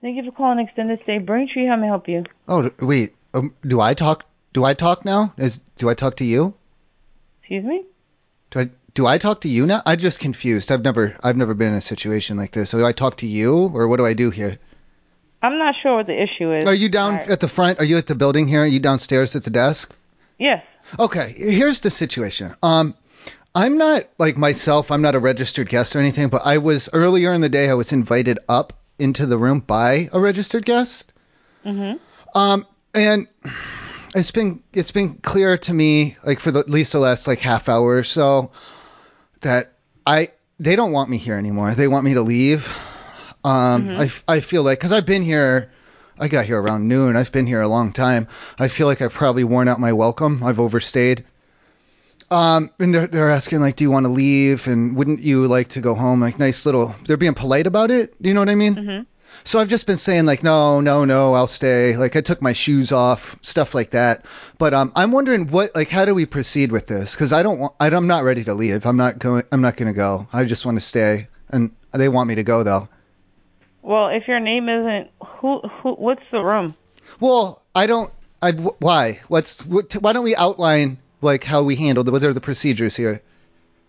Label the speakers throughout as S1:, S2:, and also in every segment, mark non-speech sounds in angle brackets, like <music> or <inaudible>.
S1: Thank you for calling Extended Stay Braintree. How may I help you?
S2: Oh, wait. Um, do I talk? Do I talk now? Is do I talk to you?
S1: Excuse me?
S2: Do I do I talk to you now? I'm just confused. I've never I've never been in a situation like this. So do I talk to you or what do I do here?
S1: I'm not sure what the issue is.
S2: Are you down at the front? Are you at the building here? Are you downstairs at the desk?
S1: Yes.
S2: Okay, here's the situation. Um, I'm not like myself. I'm not a registered guest or anything, but I was earlier in the day. I was invited up into the room by a registered guest. Mm-hmm. Um, and it's been it's been clear to me like for the, at least the last like half hour or so that I they don't want me here anymore. They want me to leave. Um, I f I feel like because I've been here, I got here around noon. I've been here a long time. I feel like I've probably worn out my welcome. I've overstayed. Um, and they're they're asking like, do you want to leave? And wouldn't you like to go home? Like nice little. They're being polite about it. Do you know what I mean? Mm-hmm. So I've just been saying like, no, no, no, I'll stay. Like I took my shoes off, stuff like that. But um, I'm wondering what like how do we proceed with this? Because I don't want I- I'm not ready to leave. I'm not going. I'm not gonna go. I just want to stay. And they want me to go though.
S1: Well, if your name isn't who who what's the room?
S2: Well, I don't. I wh- why? What's what, why don't we outline like how we handle the, what are the procedures here?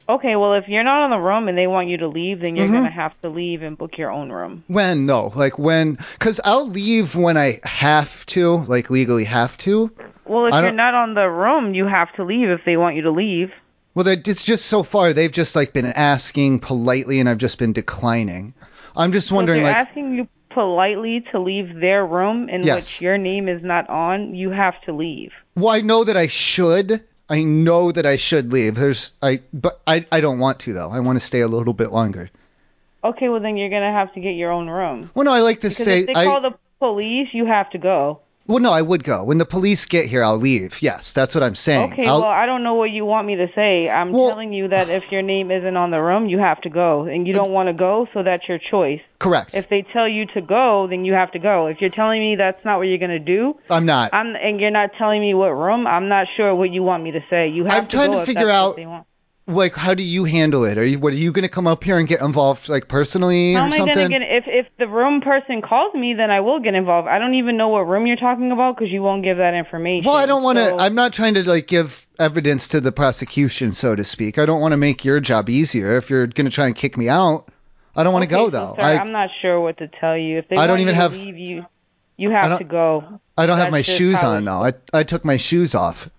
S1: Okay, well if you're not on the room and they want you to leave, then
S2: Mm-hmm.
S1: you're gonna have to leave and book your own room.
S2: When? No, like when? Because I'll leave when I have to, like legally have to.
S1: Well, if
S2: I
S1: you're
S2: don't-
S1: not on the room, you have to leave if they want you to leave.
S2: Well, they- it's just so far they've just like been asking politely, and I've just been declining. I'm just
S1: So if
S2: wondering
S1: they're
S2: like
S1: asking you politely to leave their room in
S2: Yes.
S1: which your name is not on, you have to leave.
S2: Well, I know that I should. I know that I should leave. There's I but I I don't want to though. I want to stay a little bit longer.
S1: Okay, well then you're gonna have to get your own room.
S2: Well, no, I like to
S1: Because
S2: stay.
S1: if they
S2: I,
S1: call the police, you have to go.
S2: well, no, I would go. When the police get here, I'll leave. Yes, that's what I'm saying.
S1: Okay,
S2: I'll,
S1: well I don't know what you want me to say. I'm
S2: Well-
S1: telling you that if your name isn't on the room, you have to go, and you don't want to go, so that's your choice.
S2: correct.
S1: If they tell you to go, then you have to go. If you're telling me that's not what you're gonna do,
S2: I'm not.
S1: I'm and you're not telling me what room, I'm not sure what you want me to say. You have
S2: I'm
S1: to
S2: trying
S1: go
S2: to
S1: if
S2: figure
S1: that's what
S2: out
S1: they want.
S2: like how do you handle it? Are you what are you gonna come up here and get involved like personally
S1: How
S2: or
S1: am I
S2: something?
S1: gonna get if if the room person calls me, then I will get involved. I don't even know what room you're talking about because you won't give that information.
S2: well, I don't want to.
S1: So-
S2: I'm not trying to like give evidence to the prosecution, so to speak. I don't want to make your job easier. If you're gonna try and kick me out, I don't want to
S1: Okay,
S2: go
S1: so,
S2: though.
S1: sir,
S2: I
S1: I'm not sure what to tell you. If they
S2: I don't
S1: want
S2: even
S1: you
S2: have-
S1: to leave you, you
S2: I
S1: have
S2: don't-
S1: to go.
S2: I don't have
S1: That's
S2: my
S1: just
S2: shoes
S1: how
S2: on
S1: it-
S2: though. I I took my shoes off.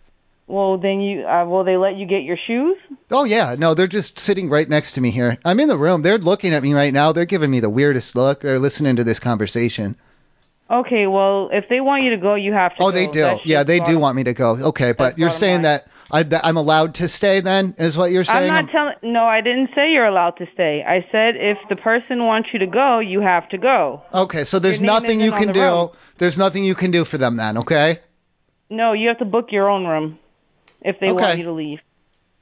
S1: Well, then you uh, will they let you get your shoes?
S2: Oh yeah, no, they're just sitting right next to me here. I'm in the room. They're looking at me right now. They're giving me the weirdest look. They're listening to this conversation.
S1: Okay, well, if they want you to go, you have to.
S2: Oh,
S1: go.
S2: they do.
S1: That's
S2: Yeah,
S1: just
S2: they do
S1: bottom-
S2: want me to go. Okay, but
S1: That's
S2: you're
S1: bottom
S2: saying
S1: line.
S2: that, I, that I'm allowed to stay then, is what you're
S1: I'm
S2: saying?
S1: not telling. No, I didn't say you're allowed to stay. I said if the person wants you to go, you have to go.
S2: okay, so there's
S1: Your name
S2: nothing
S1: isn't
S2: you
S1: on
S2: can
S1: the
S2: do.
S1: road.
S2: There's nothing you can do for them then, okay?
S1: No, you have to book your own room if they
S2: Okay.
S1: want you to leave.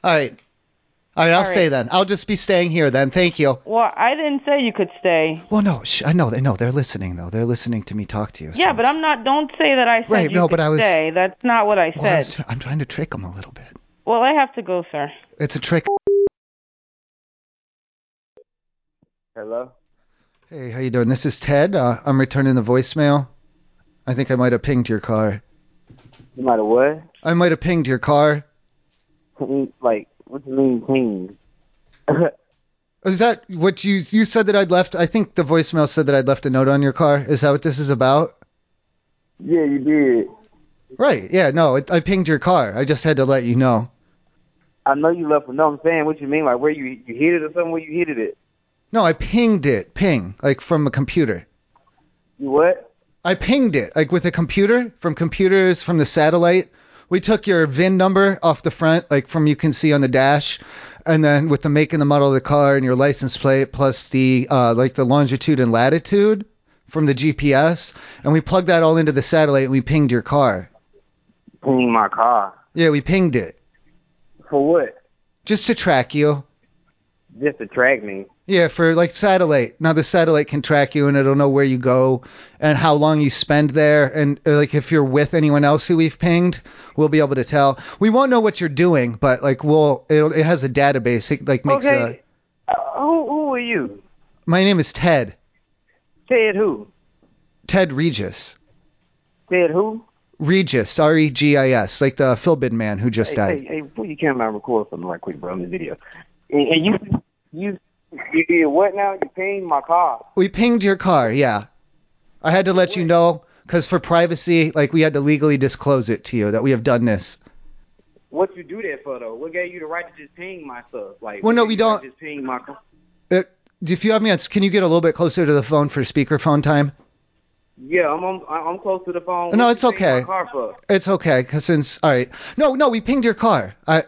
S2: All right. All right, I'll
S1: All
S2: stay
S1: right.
S2: then. I'll just be staying here then. Thank you.
S1: Well, I didn't say you could stay.
S2: Well, no, sh- I know they know they're listening though. They're listening to me talk to you.
S1: Yeah,
S2: so-
S1: but I'm not. Don't say that I said
S2: Right,
S1: you
S2: no,
S1: could
S2: but I was-
S1: stay. That's not what I
S2: Well, I
S1: said.
S2: was tr- I'm trying to trick them a little bit.
S1: Well, I have to go, sir.
S2: It's a trick.
S3: Hello?
S2: Hey, how you doing? This is Ted. Uh, I'm returning the voicemail. I think I might have pinged your car.
S3: You might have what?
S2: I might have pinged your car.
S3: Clean- Like, what you mean clean?
S2: Is that what you you said that I'd left? I think the voicemail said that I'd left a note on your car. Is that what this is about?
S3: yeah, you did.
S2: Right. Yeah. No, it, I pinged your car. I just had to let you know.
S3: I know you left. No, I'm saying what you mean. Like, where you you hit it or something? Where you hit it? At?
S2: No, I pinged it. Ping, like from a computer.
S3: You what?
S2: I pinged it, like with a computer, from computers, from the satellite. We took your VIN number off the front, like from you can see on the dash, and then with the make and the model of the car and your license plate, plus the uh, like the longitude and latitude from the GPS, and we plugged that all into the satellite and we pinged your car.
S3: Clean my car.
S2: Yeah, we pinged it
S3: For what?
S2: just to track you.
S3: Just to track me.
S2: Yeah, for like satellite. Now the satellite can track you and it'll know where you go and how long you spend there. And uh, like if you're with anyone else who we've pinged, we'll be able to tell. We won't know what you're doing, but like we'll it'll, it has a database. It like makes
S3: okay.
S2: a.
S3: Uh, who who are you?
S2: My name is Ted.
S3: Ted who?
S2: Ted Regis.
S3: Ted who?
S2: Regis, R E G I S, like the Philbin man who just
S3: Hey,
S2: died.
S3: hey, hey, pull your camera and record something right quick, bro, in the video. And, and you, you, you did what now? You pinged my car.
S2: We pinged your car, yeah. I had to let you know because for privacy, like we had to legally disclose it to you that we have done this.
S3: What you do that for though? What gave you the right to just ping my stuff? Like,
S2: Well, no,
S3: what
S2: we
S3: gave you the right
S2: don't-
S3: to Just ping my car.
S2: Uh, if you have me on, can you get a little bit closer to the phone for speakerphone time?
S3: Yeah, I'm I'm, I'm close to the phone.
S2: No,
S3: What
S2: it's
S3: you pinged my
S2: okay.
S3: car for?
S2: It's okay, cause since all right, no, no, we pinged your car. I,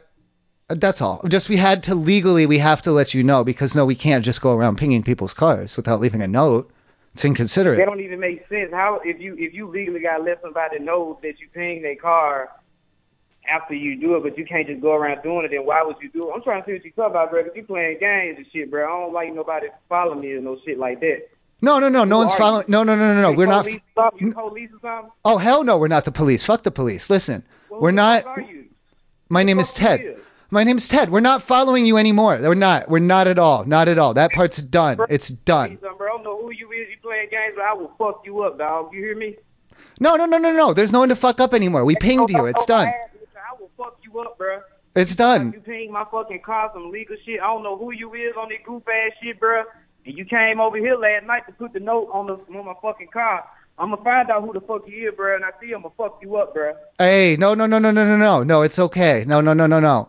S2: that's all. Just we had to legally, we have to let you know because no, we can't just go around pinging people's cars without leaving a note. It's inconsiderate.
S3: That don't even make sense. How if you if you legally gotta let somebody know that you ping their car after you do it, but you can't just go around doing it, then why would you do it? I'm trying to see what you talking about, bro. Cause you playing games and shit, bro. I don't like nobody following me or no shit like that.
S2: No, no, no, no
S3: e-, Who
S2: one's
S3: are
S2: following. No, no, no, no, no.
S3: You
S2: We're not.
S3: police Stop, you police or something?
S2: Oh hell no, we're not the police. Fuck the police. Listen,
S3: Well,
S2: we're
S3: who the
S2: not.
S3: fuck Are you?
S2: My name is
S3: fuck are
S2: Ted.
S3: you?
S2: My name's Ted. We're not following you anymore. We're not. We're not at all. Not at all. That part's done. It's
S3: See
S2: done.
S3: something, bro. I don't know who you is. You playing games, but I will fuck you up, dog. You hear me?
S2: No, no, no, no, no. There's no one to fuck up anymore. We pinged you. It's done.
S3: I will fuck you up, bro.
S2: It's
S3: You
S2: done.
S3: pinged my fucking car some legal shit. I don't know who you is on that goof ass shit, bro. And you came over here last night to put the note on the on my fucking car. I'ma find out who the fuck you is, bro, and I see I'ma fuck you up, bro.
S2: Hey, no, no, no, no, no, no, no. No, it's okay. No, no, no, no, no.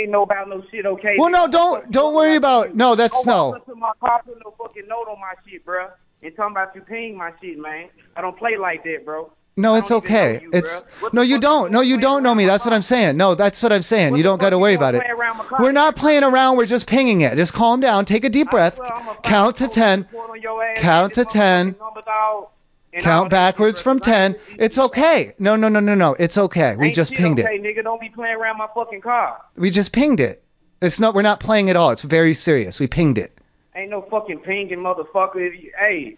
S3: Ain't no about no shit, okay?
S2: Well, no,
S3: I'ma fuck
S2: don't,
S3: you
S2: don't
S3: up
S2: worry
S3: when I
S2: about.
S3: see you.
S2: No, that's
S3: Don't walk
S2: no.
S3: up to my car, put no fucking note on my shit, bro. And talking about you ping my shit, man. I don't play like that, bro.
S2: No,
S3: I
S2: it's
S3: don't even know
S2: okay.
S3: you,
S2: It's
S3: bruh. What
S2: no,
S3: the
S2: you
S3: fuck
S2: don't.
S3: you
S2: No,
S3: doing
S2: you
S3: playing
S2: don't know
S3: around
S2: me.
S3: my
S2: That's what
S3: car?
S2: I'm saying. No, that's what I'm saying.
S3: What
S2: You
S3: the
S2: don't got
S3: fuck
S2: to
S3: you
S2: worry
S3: doing
S2: about it.
S3: playing around my car?
S2: We're not playing around. We're just pinging it. Just calm down. Take a deep breath.
S3: I swear I'ma find
S2: Count to
S3: you,
S2: ten.
S3: report on your ass,
S2: Count
S3: get this
S2: to 10,
S3: motherfucking number, dog, and all
S2: Count
S3: that
S2: backwards
S3: shit,
S2: from
S3: bro.
S2: ten. It's okay. No, no, no, no, no. It's okay. We
S3: Ain't
S2: just
S3: shit
S2: pinged
S3: okay,
S2: it.
S3: nigga. Don't be playing around my fucking car.
S2: We just pinged it. It's not. We're not playing at all. It's very serious. We pinged it.
S3: Ain't no fucking pinging motherfucker. If you, hey,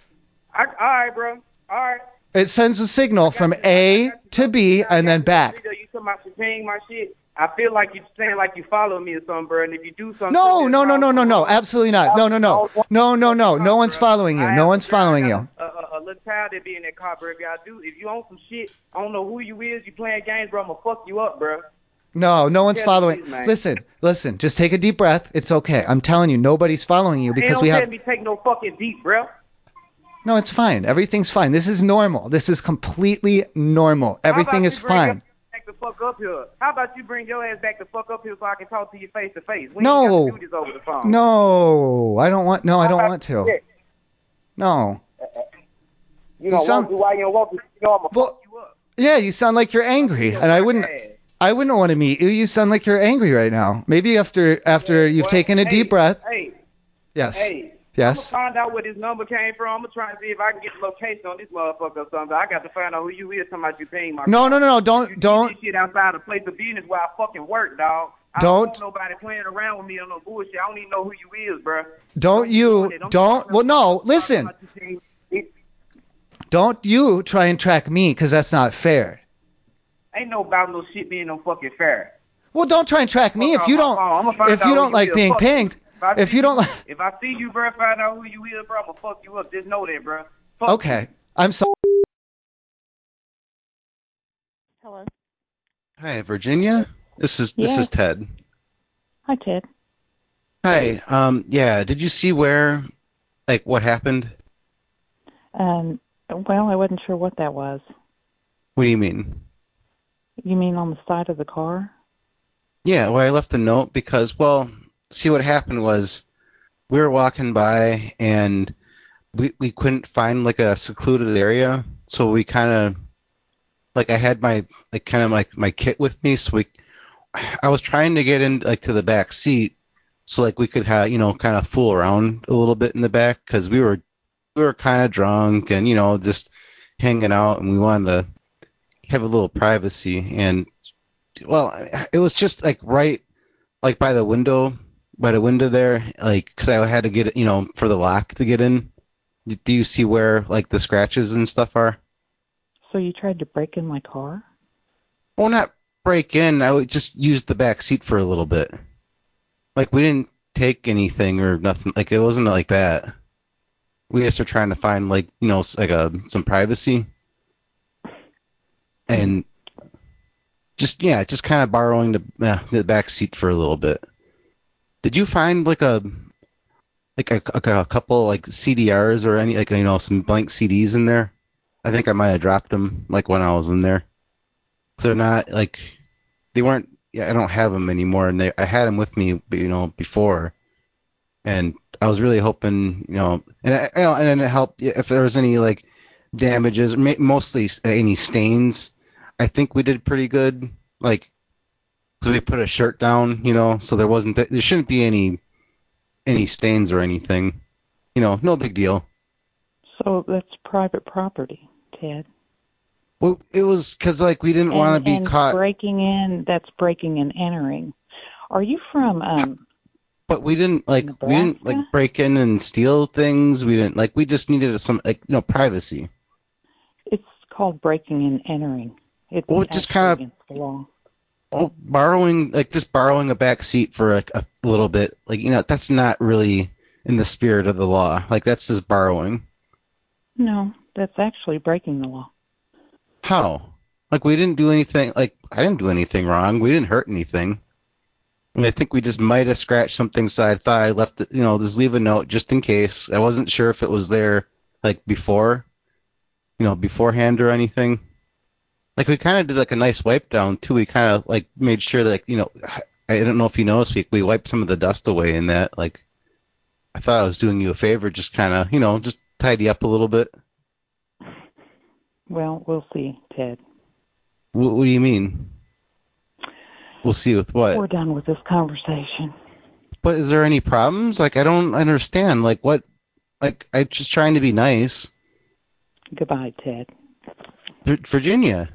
S3: I, all right, bro. All right.
S2: It sends a signal
S3: I got
S2: from
S3: you. I
S2: A
S3: got you.
S2: to
S3: I
S2: B
S3: got
S2: and then
S3: you.
S2: back.
S3: You talking about you paying my shit? I feel like you saying like you follow me or something, bro. And if you do something,
S2: No,
S3: that's
S2: no, no,
S3: wrong,
S2: no, no, no. Absolutely not. No, no, no. No, no, no. No one's following you.
S3: I
S2: No
S3: have-
S2: one's
S3: bro, I
S2: following
S3: got
S2: you.
S3: A, a, a little child that be in that car, bro. If y'all do, if you own some shit, I don't know who you is. You playing games, bro. I'ma fuck you up, bro.
S2: No, no one's
S3: Yes,
S2: following.
S3: please, man.
S2: Listen, listen. Just take a deep breath. It's okay. I'm telling you, nobody's following you
S3: they
S2: because
S3: don't
S2: we
S3: let
S2: have.
S3: me take no fucking deep, bro.
S2: No, it's fine. Everything's fine. This is normal. This is completely normal.
S3: How about
S2: Everything
S3: you
S2: is
S3: bring your
S2: fine.
S3: ass Back the fuck up here. How about you bring your ass back the fuck up here so I can talk to you face to face? We ain't
S2: No.
S3: gotta do this over the phone.
S2: No, I don't want. No, I
S3: How
S2: don't
S3: about
S2: want
S3: you
S2: to. No.
S3: You know,
S2: sound-
S3: walk you while you walk, you know I'ma
S2: Well,
S3: fuck you up.
S2: Yeah, you sound like you're angry, and I wouldn't. I wouldn't want to meet you. You sound like you're angry right now. Maybe after after you've
S3: Well,
S2: taken a
S3: hey,
S2: deep breath.
S3: Hey,
S2: Yes.
S3: hey.
S2: Yes.
S3: I'm gonna find out where this number came from. I'm gonna try and see if I can get the location on this motherfucker or something. I got to find out who you is. Somebody you paying my.
S2: No, no, no, no.
S3: You
S2: Don't
S3: did
S2: don't
S3: This <laughs> shit outside the place of business where I fucking work, dog. I
S2: Don't.
S3: want nobody playing around with me on no bullshit. I don't even know who you is, bro.
S2: don't you don't. Well, no. Listen. Don't you try and track me because that's not fair.
S3: Ain't no about no shit being no fucking fair.
S2: Well, don't try and track me
S3: Fuck
S2: if
S3: off
S2: you
S3: my
S2: don't
S3: phone. Oh, I'ma find
S2: if
S3: out
S2: you
S3: who
S2: don't like
S3: is.
S2: being
S3: Fuck
S2: pinged.
S3: I
S2: If
S3: see
S2: you don't like-
S3: if I see you, bro, find out who you is, bro. I'ma fuck you up. Just know that, bro. Fuck you.
S2: Okay, I'm sorry.
S1: Hello.
S4: Hi, Virginia. This is this
S1: Yes.
S4: is Ted.
S1: Hi, Ted.
S4: Hi. Um. Yeah. Did you see where, like, what happened?
S1: Um, well, I wasn't sure what that was.
S4: What do you mean?
S1: You mean on the side of the car?
S4: Yeah. Well, I left the note because, well, see, what happened was we were walking by and we we couldn't find like a secluded area, so we kind of like I had my like kind of like my kit with me, so we I was trying to get in like to the back seat, so like we could have you know kind of fool around a little bit in the back because we were we were kind of drunk and you know just hanging out and we wanted to have a little privacy and well I- it was just like right like by the window by the window there like because I had to get you know for the lock to get in. Do you see where like the scratches and stuff are?
S1: So you tried to break in my car?
S4: Well, not break in. I would just use the back seat for a little bit. Like we didn't take anything or nothing. Like it wasn't like that. we just are trying to find like you know s- like a some privacy and just yeah just kind of borrowing the uh, the back seat for a little bit did you find like a like a, like a couple like cdrs or any like you know some blank cds in there i think i might have dropped them like when i was in there they're not like they weren't yeah i don't have them anymore and they i had them with me you know before and I was really
S2: Mm-hmm.
S4: hoping, you know, and I, I, and it helped if there was any like damages, ma- mostly s- any stains. I think we did pretty good. Like, so we put a shirt down, you know, so there wasn't th- there shouldn't be any any stains or anything. You know, no big deal.
S5: So that's private property, Ted.
S4: Well, it was because like we didn't want
S5: And-
S4: to be
S5: and
S4: caught,
S5: breaking in. That's breaking and entering. Are you from? Um,
S4: but we didn't like we didn't like
S5: Nebraska?
S4: break in and steal things. We didn't like we just needed some like you know privacy.
S5: it's called breaking and entering. It's
S4: Well, it just
S5: actually
S4: kinda-
S5: against the law.
S4: Oh, borrowing like just borrowing a back seat for like a little bit, like you know, that's not really in the spirit of the law. Like that's just borrowing.
S5: No, that's actually breaking the law.
S4: How? Like we didn't do anything. Like I didn't do anything wrong. We didn't hurt anything. And I think we just might have scratched something, so I thought I left it. You know, just leave a note just in case. I wasn't sure if it was there like before, you know, beforehand or anything. Like we kind of did like a nice wipe down too. We kind of like made sure that like, you know, I don't know if you noticed, we we wiped some of the dust away in that. Like I thought I was doing you a favor, just kind of you know, just tidy up a little bit.
S5: Well, we'll see, Ted.
S4: What, what do you mean? We'll see with what.
S5: We're done with this conversation.
S4: But is there any problems? Like I don't understand. Like what? Like I'm just trying to be nice.
S5: Goodbye, Ted.
S4: Vir- Virginia.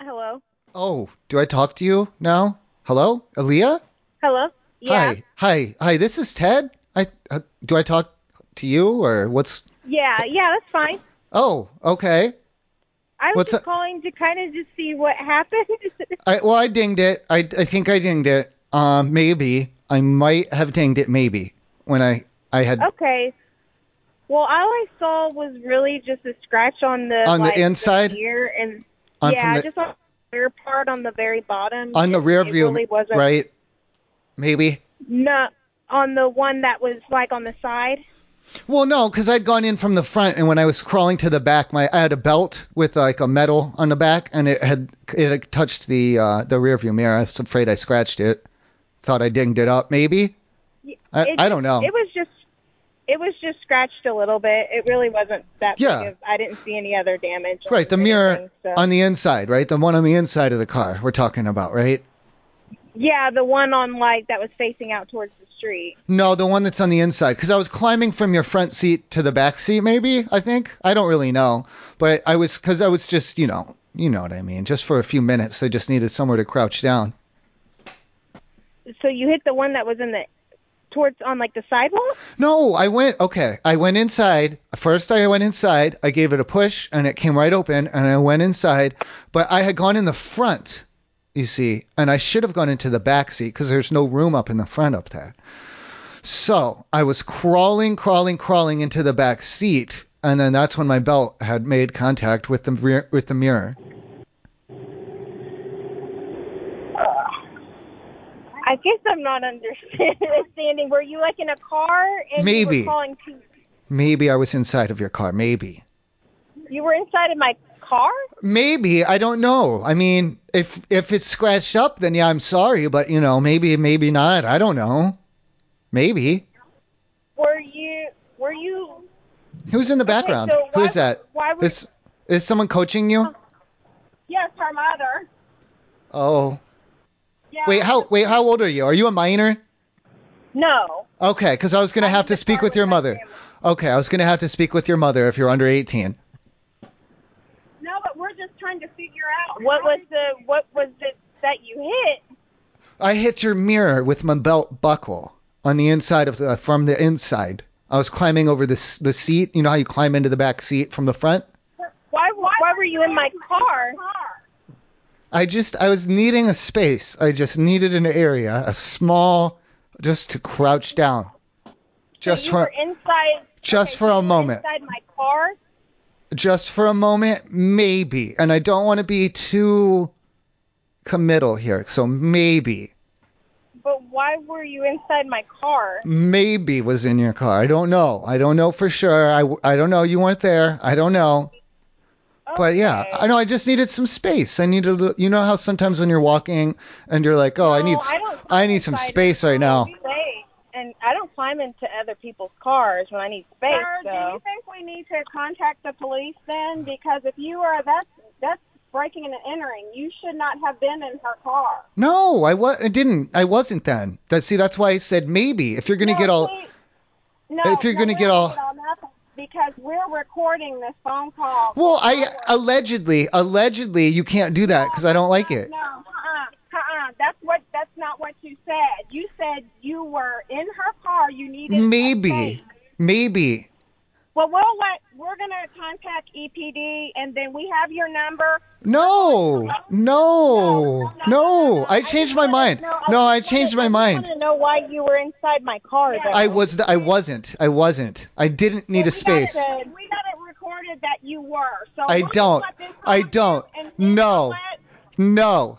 S6: Hello.
S2: Oh, do I talk to you now? Hello, Aaliyah.
S6: Hello. Yeah.
S2: Hi, hi, hi. This is Ted. I uh, do I talk to you or what's?
S6: Yeah. Yeah. That's fine.
S2: Oh, okay.
S6: I was
S2: What's
S6: just
S2: up?
S6: calling to kind of just see what happened.
S2: I well, I dinged it. I I think I dinged it. Um, maybe I might have dinged it. Maybe when I I
S6: <laughs>
S2: had
S6: okay. Well, all I saw was really just a scratch on the
S2: On the
S6: like,
S2: inside?
S6: mirror and
S2: on
S6: yeah,
S2: from the
S6: just on the rear part on the very bottom.
S2: on the
S6: It-
S2: rear
S6: it
S2: view,
S6: really wasn't,
S2: right? Maybe.
S6: No, on the one that was like on the side.
S2: Well, no, because I'd gone in from the front, and when I was crawling to the back, my I had a belt with like a metal on the back, and it had it had touched the uh, the rear view mirror. I was afraid I scratched it. Thought I dinged it up, maybe. I,
S6: It
S2: I
S6: just-
S2: don't know.
S6: It was just. It was just scratched a little bit. It really wasn't that
S2: Yeah.
S6: big. Of, I didn't see any other damage. on
S2: Right, the mirror
S6: anything, so.
S2: on the inside, right? The one on the inside of the car we're talking about, right?
S6: Yeah, the one on like that was facing out towards the street.
S2: No, the one that's on the inside. Because I was climbing from your front seat to the back seat, maybe. I think I don't really know, but I was because I was just you know you know what I mean. Just for a few minutes, I just needed somewhere to crouch down.
S6: So you hit the one that was in the towards on like the sidewalk?
S2: No, I went okay. I went inside. First I went inside, I gave it a push and it came right open and I went inside, but I had gone in the front, you see, and I should have gone into the back seat cuz there's no room up in the front up there. So, I was crawling, crawling, crawling into the back seat and then that's when my belt had made contact with the rear, with the mirror.
S6: I guess I'm not understanding. Were you like in a car and you
S2: Maybe.
S6: were calling to
S2: Maybe I was inside of your car, maybe.
S6: you were inside of my car?
S2: Maybe I don't know. I mean, if if it's scratched up, then yeah, I'm sorry, but you know, maybe maybe not. I don't know. Maybe
S6: Were you were you
S2: who's in the background?
S6: so
S2: Who
S6: why-
S2: is that?
S6: why would- Uh,
S2: is is someone coaching you?
S6: Yes, her mother.
S2: Oh,
S6: Yeah.
S2: wait. How wait? How old are you? Are you a minor?
S6: No.
S2: Okay, because I was gonna have to speak with your mother. Okay, I was gonna have to speak with your mother if you're under 18.
S6: No, but we're just trying to figure out what was the what was it that you hit?
S2: I hit your mirror with my belt buckle on the inside of the from the inside. I was climbing over the s- the seat. You know how you climb into the back seat from the front?
S6: Why why were you in my car?
S2: I just I was needing a space. I just needed an area, a small just to crouch down. Just
S6: you
S2: for-
S6: were inside.
S2: just
S6: okay,
S2: for
S6: so
S2: a
S6: you were
S2: moment.
S6: Inside my car.
S2: just for a moment, maybe. And I don't want to be too committal here, so maybe,
S6: But why were you inside my car?
S2: maybe was in your car. I don't know. I don't know for sure. I, w- I don't know. You weren't there. I don't know. But yeah,
S6: Okay.
S2: I know. I just needed some space. I needed, a- you know how sometimes when you're walking and you're like, oh, I need,
S6: No,
S2: s-
S6: I don't
S2: I need some
S6: inside
S2: space right now.
S6: We wait, and I don't climb into other people's cars when I need space.
S7: Sir,
S6: so.
S7: do you think we need to contact the police then? Because if you are, that's that's breaking and entering. You should not have been in her car.
S2: No, I wa- I didn't. I wasn't then. That see, that's why I said maybe. If you're gonna
S7: No,
S2: get all,
S7: please- No,
S2: if you're
S7: no,
S2: gonna
S7: we
S2: get
S7: don't
S2: all-
S7: need nothing because we're recording this phone call.
S2: well, I allegedly, allegedly, you can't do that because I don't like it.
S7: No, uh-uh, uh-uh. That's what. That's not what you said. You said you were in her car. You needed a space.
S2: Maybe, maybe.
S7: Well, we'll let. We're gonna contact EPD, and then we have your number.
S2: No, no, no. I changed my mind. No, I changed my mind.
S6: I want to know why you were inside my car. though.
S2: I was, I wasn't, I wasn't. I didn't need a space.
S7: We got, it, we got it recorded that you were. So
S2: I
S7: we'll just
S2: don't.
S7: let this
S2: I
S7: go
S2: don't.
S7: and you know
S2: No,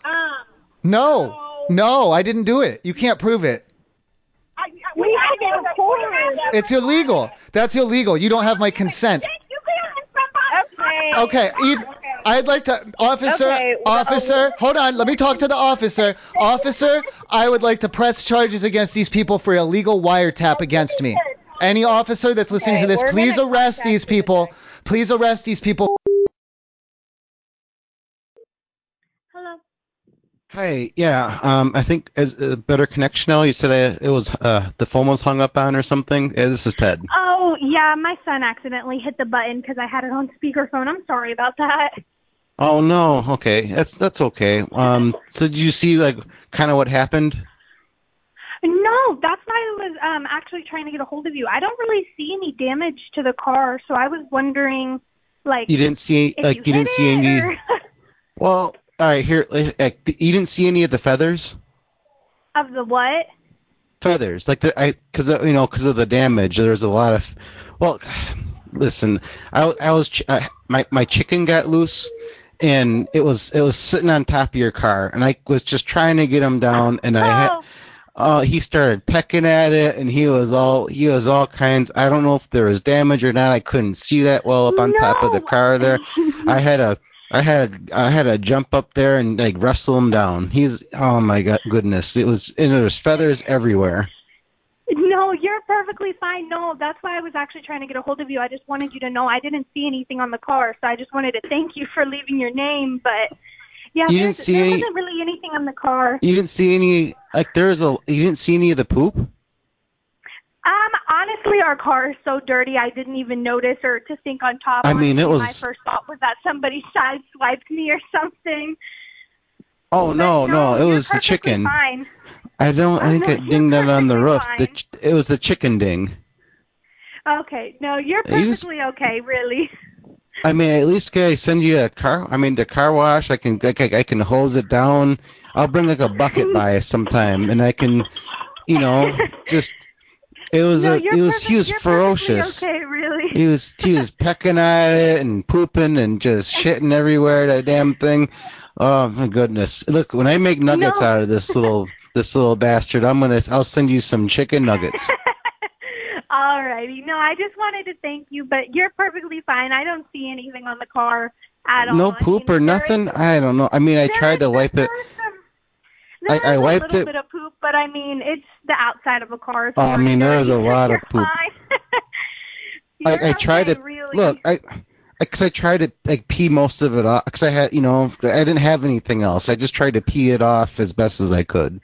S7: what?
S2: no,
S7: Um,
S2: no, no. I didn't do it. You can't prove it.
S7: I, I,
S6: We have it recorded.
S2: It's illegal. That's illegal. You don't have my consent.
S7: You can't somebody.
S6: Okay.
S2: Okay, e- I'd like to, officer,
S6: Okay, well- um,
S2: officer, hold on, let me talk to the officer. Officer, I would like to press charges against these people for illegal wiretap against me. Any officer that's listening to
S6: Okay,
S2: this,
S6: we're
S2: please
S6: gonna
S2: arrest these people. Please arrest these people.
S7: Hello.
S4: Hi, yeah. Um, I think as a better connection now. You said I, it was uh, the phone was hung up on or something. Yeah, this is Ted.
S7: Oh yeah, my son accidentally hit the button because I had it on speakerphone. I'm sorry about that.
S4: Oh no. Okay, that's that's okay. Um, so did you see like kind of what happened?
S7: No, that's why I was um actually trying to get a hold of you. I don't really see any damage to the car, so I was wondering, like,
S4: You didn't see
S7: if
S4: like
S7: you,
S4: you didn't
S7: hit
S4: see
S7: it
S4: any.
S7: <laughs> or-
S4: Well, all right. Here, like, you didn't see any of the feathers.
S7: of the what?
S4: feathers like the, i because you know because of the damage there's a lot of well <sighs> listen i, I was ch- I, my, my chicken got loose and it was it was sitting on top of your car and i was just trying to get him down and i
S7: Oh.
S4: had uh, he started pecking at it and he was all he was all kinds i don't know if there was damage or not i couldn't see that well up on top of the
S7: No.
S4: car there
S7: <laughs>
S4: i had a I had a, I had to jump up there and like wrestle him down. He's oh my god goodness! It was and there was feathers everywhere.
S7: No, you're perfectly fine. No, that's why I was actually trying to get a hold of you. I just wanted you to know I didn't see anything on the car, so I just wanted to thank you for leaving your name. But yeah,
S4: You didn't
S7: there's-
S4: see
S7: there
S4: any-
S7: wasn't really anything on the car.
S4: You didn't see any like there's a you didn't see any of the poop?
S7: Um, honestly, our car is so dirty I didn't even notice or to think on top.
S4: I mean, it
S7: Honestly,
S4: was-
S7: my first thought was that somebody <laughs> sideswiped me or something.
S4: Oh no,
S7: But
S4: no, it
S7: you're
S4: was the
S7: perfectly
S4: chicken.
S7: Fine.
S4: I don't I think
S7: no,
S4: it
S7: you're
S4: dinged it on the
S7: perfectly
S4: roof. The,
S7: fine.
S4: ch- it was the chicken ding.
S7: Okay, no, you're
S4: You just-
S7: perfectly okay, really. <laughs>
S4: I mean, at least can I send you a car? I mean, the car wash. I can I, can- I can hose it down. I'll bring like a bucket
S7: <laughs>
S4: by sometime, and I can, you know, just it was
S7: no,
S4: a
S7: you're
S4: it was
S7: perfect-
S4: he was
S7: you're perfectly
S4: ferocious.
S7: Okay, really.
S4: He was he
S7: <laughs>
S4: was pecking at it and pooping and just shitting everywhere. That damn thing. Oh my goodness! Look, when I make nuggets
S7: No.
S4: out of
S7: <laughs>
S4: this little this little bastard, I'm gonna I'll send you some chicken nuggets.
S7: All righty. No, I just wanted to thank you, but you're perfectly fine. I don't see anything on the car at all.
S4: No
S7: <laughs> I
S4: poop
S7: mean,
S4: or
S7: there is-
S4: nothing. I don't know. I mean, I
S7: there
S4: tried
S7: is-
S4: to wipe
S7: there
S4: it.
S7: is some-
S4: I-
S7: there
S4: I
S7: is
S4: wiped
S7: a
S4: it-
S7: little bit of poop, but I mean, it's the outside of a car.
S4: Oh, I mean, there
S7: <laughs>
S4: is a lot of poop. I, I tried to
S7: really.
S4: look. I because I tried to like pee most of it off because I had you know I didn't have anything else. I just tried to pee it off as best as I could.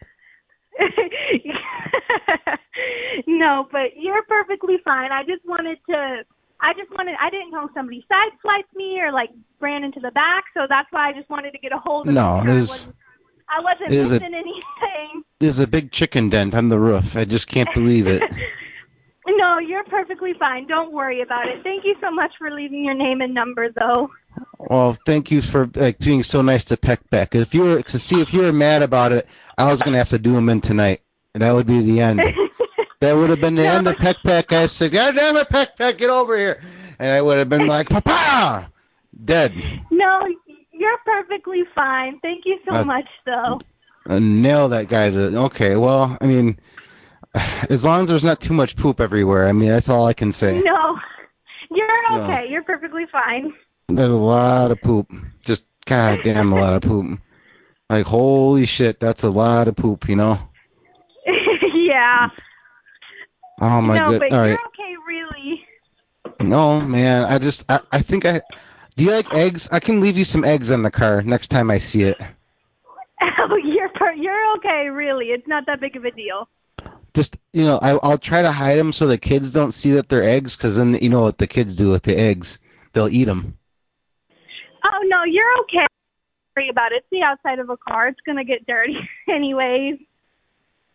S7: <laughs> no, but you're perfectly fine. I just wanted to. I just wanted. I didn't know somebody side swiped me or like ran into the back, so that's why I just wanted to get a hold of.
S4: No,
S7: you.
S4: it was-
S7: I wasn't, I wasn't
S4: it was Mm. a-
S7: missing anything. <laughs>
S4: There's a big chicken dent on the roof. I just can't believe it.
S7: no, you're perfectly fine. Don't worry about it. Thank you so much for leaving your name and number, though.
S4: Well, thank you for like being so nice to Peck Beck. If you were to see if you were mad about it, I was gonna have to do him in tonight, and that would be the end. That would have been the end of Peck Peck. I said, God damn it, Peck Peck, get over here. And I would have been like, Papa! Dead.
S7: No, you're perfectly fine. Thank you so
S4: Uh,
S7: much, though.
S4: Uh, nail that guy to. Okay, well, I mean, as long as there's not too much poop everywhere, I mean, that's all I can say.
S7: No, <laughs> you're
S4: No.
S7: okay. You're perfectly fine. <laughs>
S4: There's a lot of poop. Just goddamn a lot of poop. Like, holy shit, that's a lot of poop, you know?
S7: yeah.
S4: Oh my
S7: no,
S4: good.
S7: but
S4: all
S7: you're
S4: right.
S7: okay, really.
S4: No, man. I just, I, I think I. Do you like eggs? I can leave you some eggs on the car next time I see it.
S7: <laughs> Oh, you're per- you're okay, really. It's not that big of a deal.
S4: Just, you know, I, I'll try to hide them so the kids don't see that they're eggs, because then you know what the kids do with the eggs. They'll eat them.
S7: Oh no, you're okay. Don't Worry about it. It's the outside of a car. It's gonna get dirty <laughs> anyways.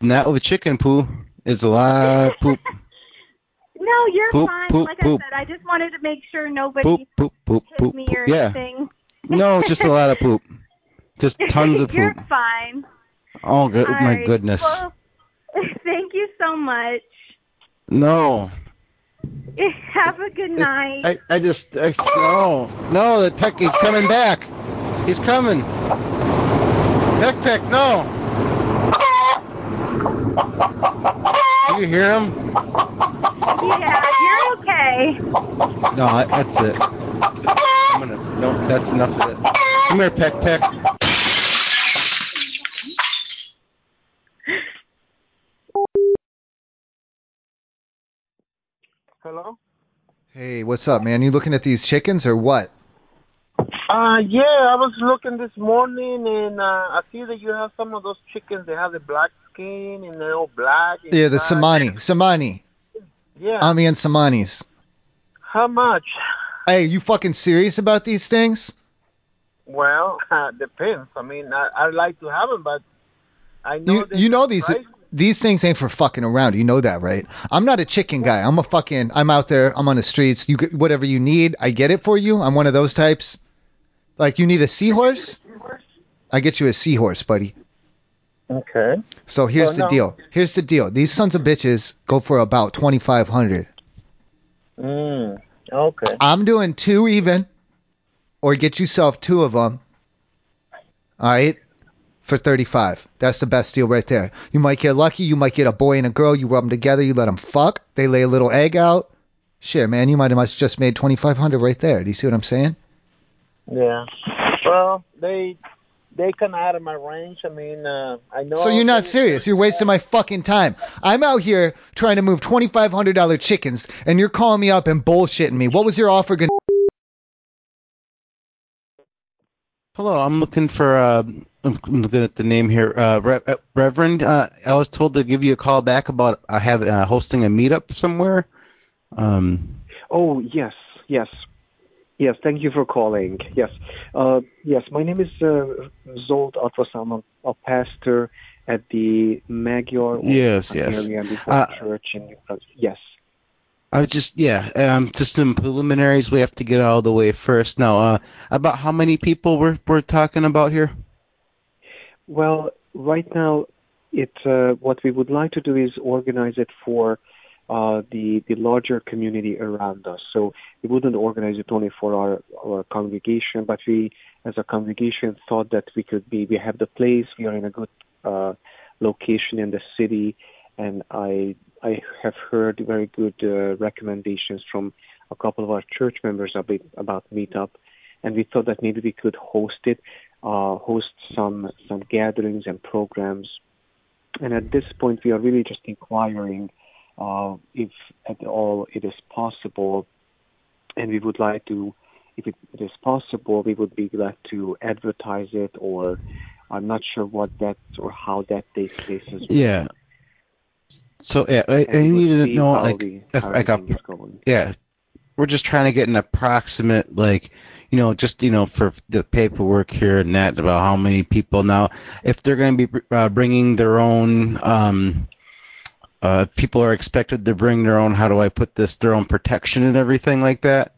S4: Not with chicken poo. It's a lot of
S7: <laughs>
S4: poop,
S7: No, you're
S4: Poop,
S7: fine.
S4: poop,
S7: like
S4: poop.
S7: I said, I just wanted to make sure nobody
S4: poop, poop, poop,
S7: hit
S4: poop.
S7: me
S4: poop.
S7: or
S4: Yeah.
S7: anything.
S4: No, just a lot of poop.
S7: <laughs>
S4: Just tons of
S7: you're
S4: poop.
S7: fine.
S4: Oh good,
S7: All
S4: my
S7: right.
S4: goodness.
S7: Well, <laughs> thank you so much. <laughs>
S4: no.
S7: Have a good night.
S4: I, I just
S7: <laughs>
S4: I, no no that Peck he's coming back. He's coming. Peck Peck no.
S7: <laughs>
S4: Do you hear him?
S7: yeah, you're okay.
S4: No, that- that's it. I'm gonna no that's enough of it. Come here Peck Peck.
S3: Hello.
S2: Hey, what's up, man? You looking at these chickens or what?
S3: <laughs> Uh, yeah, I was looking this morning and uh, I see that you have some of those chickens. They have the black skin and they're all black. and
S2: Yeah, the
S3: black.
S2: Samani. Samani.
S3: Yeah.
S2: Ami and Samanis.
S3: How much?
S2: Hey, you fucking serious about these things?
S3: Well, <laughs> uh, depends. I mean, I, I'd like to have them, but I know
S2: You
S3: that
S2: you know
S3: the
S2: these
S3: price-
S2: these things ain't for fucking around. You know that, right? I'm not a chicken guy. I'm a fucking I'm out there. I'm on the streets. You get whatever you need. I get it for you. I'm one of those types. Like you need a seahorse? I get you a seahorse, buddy.
S3: Okay.
S2: So here's
S3: Well,
S2: the
S3: no.
S2: deal. Here's the deal. These sons of bitches go for about 2500.
S3: Mm. Okay.
S2: I'm doing two even, or get yourself two of them. All right, for 35. That's the best deal right there. You might get lucky. You might get a boy and a girl. You rub them together. You let them fuck. They lay a little egg out. Shit, man, you might have much just made 2,500 right there. Do you see what I'm saying?
S3: Yeah. Well, they they kind of out of my range. I mean, uh, I know.
S2: So you're not
S3: that-
S2: serious. You're wasting my fucking time. I'm out here trying to move $2,500 chickens, and you're calling me up and bullshitting me. What was your offer going?
S4: Hello, I'm looking for uh I'm looking at the name here. Uh, Re- uh, Reverend, uh, I was told to give you a call back about uh, have uh, hosting a meetup somewhere. Um,
S8: Oh, yes, yes. Yes, thank you for calling. Yes. Uh, yes, my name is uh, Zolt Atlas. I'm a, a pastor at the Magyar
S4: Yes, yes.
S8: Hungarian Reformed
S4: Uh,
S8: Church in New Brunswick. Yes.
S4: I was just yeah, um, just some preliminaries we have to get out of the way first. Now, uh, about how many people we're we're talking about here?
S8: Well, right now, it uh, what we would like to do is organize it for uh, the the larger community around us. So we wouldn't organize it only for our our congregation, but we, as a congregation, thought that we could be we have the place, we are in a good uh, location in the city, and I I have heard very good uh, recommendations from a couple of our church members about about meetup, and we thought that maybe we could host it uh, host some some gatherings and programs. And at this point, we are really just inquiring uh, if at all it is possible, and we would like to, if it, it is possible, we would be glad to advertise it. Or I'm not sure what that or how that takes place. As well.
S4: Yeah. So yeah, I, I
S8: And we'll
S4: need to
S8: see
S4: know
S8: how
S4: like
S8: we-
S4: a-
S8: how
S4: like a
S8: everything is going.
S4: yeah, we're just trying to get an approximate like you know just you know for the paperwork here and that about how many people now if they're going to be uh, bringing their own um uh people are expected to bring their own how do i put this their own protection and everything like that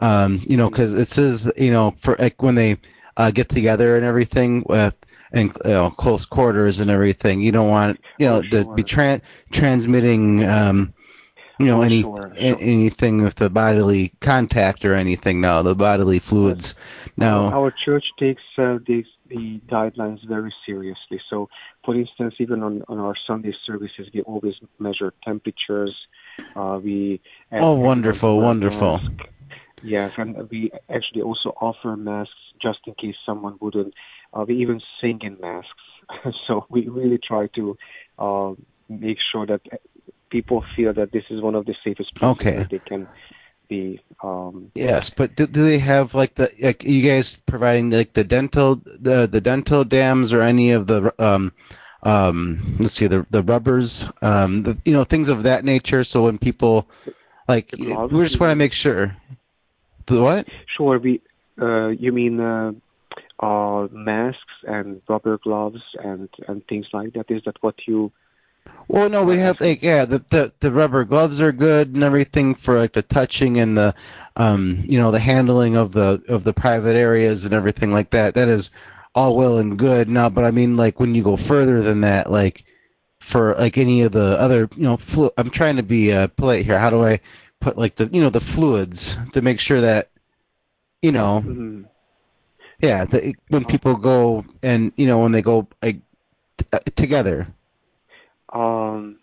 S4: um you know because it says you know for like when they uh get together and everything uh, and you know, close quarters and everything. You don't want you know
S8: Oh,
S4: to be
S8: sure.
S4: tran transmitting um, you know
S8: Oh,
S4: any
S8: sure,
S4: a-
S8: sure.
S4: anything with the bodily contact or anything. Now the bodily fluids. Now
S8: Our church takes uh, the, the guidelines very seriously. So, for instance, even on, on our Sunday services, we always measure temperatures. Uh, we
S4: oh wonderful,
S8: everyone wears
S4: wonderful.
S8: masks. Yes, and we actually also offer masks just in case someone wouldn't. Uh, we even sing in masks, <laughs> so we really try to uh, make sure that people feel that this is one of the safest places
S4: Okay.
S8: that they can be. Um,
S4: Yes, but do, do they have like the like you guys providing like the dental the the dental dams or any of the um um let's see the the rubbers um the, you know things of that nature so when people like
S8: The
S4: we
S8: gloves,
S4: just
S8: you
S4: want to
S8: mean?
S4: make sure the what
S8: Sure. We, uh, you mean uh, uh, masks and rubber gloves and and things like that? Is that what you?
S4: Well, no, we have like yeah, the, the the rubber gloves are good and everything for like the touching and the um you know the handling of the of the private areas and everything like that. That is all well and good now, but I mean like when you go further than that, like for like any of the other you know flu- I'm trying to be uh, polite here. How do I put like the you know the fluids to make sure that you know
S8: Mm,
S4: yeah the, when people go and you know when they go like t- uh, together.
S8: um,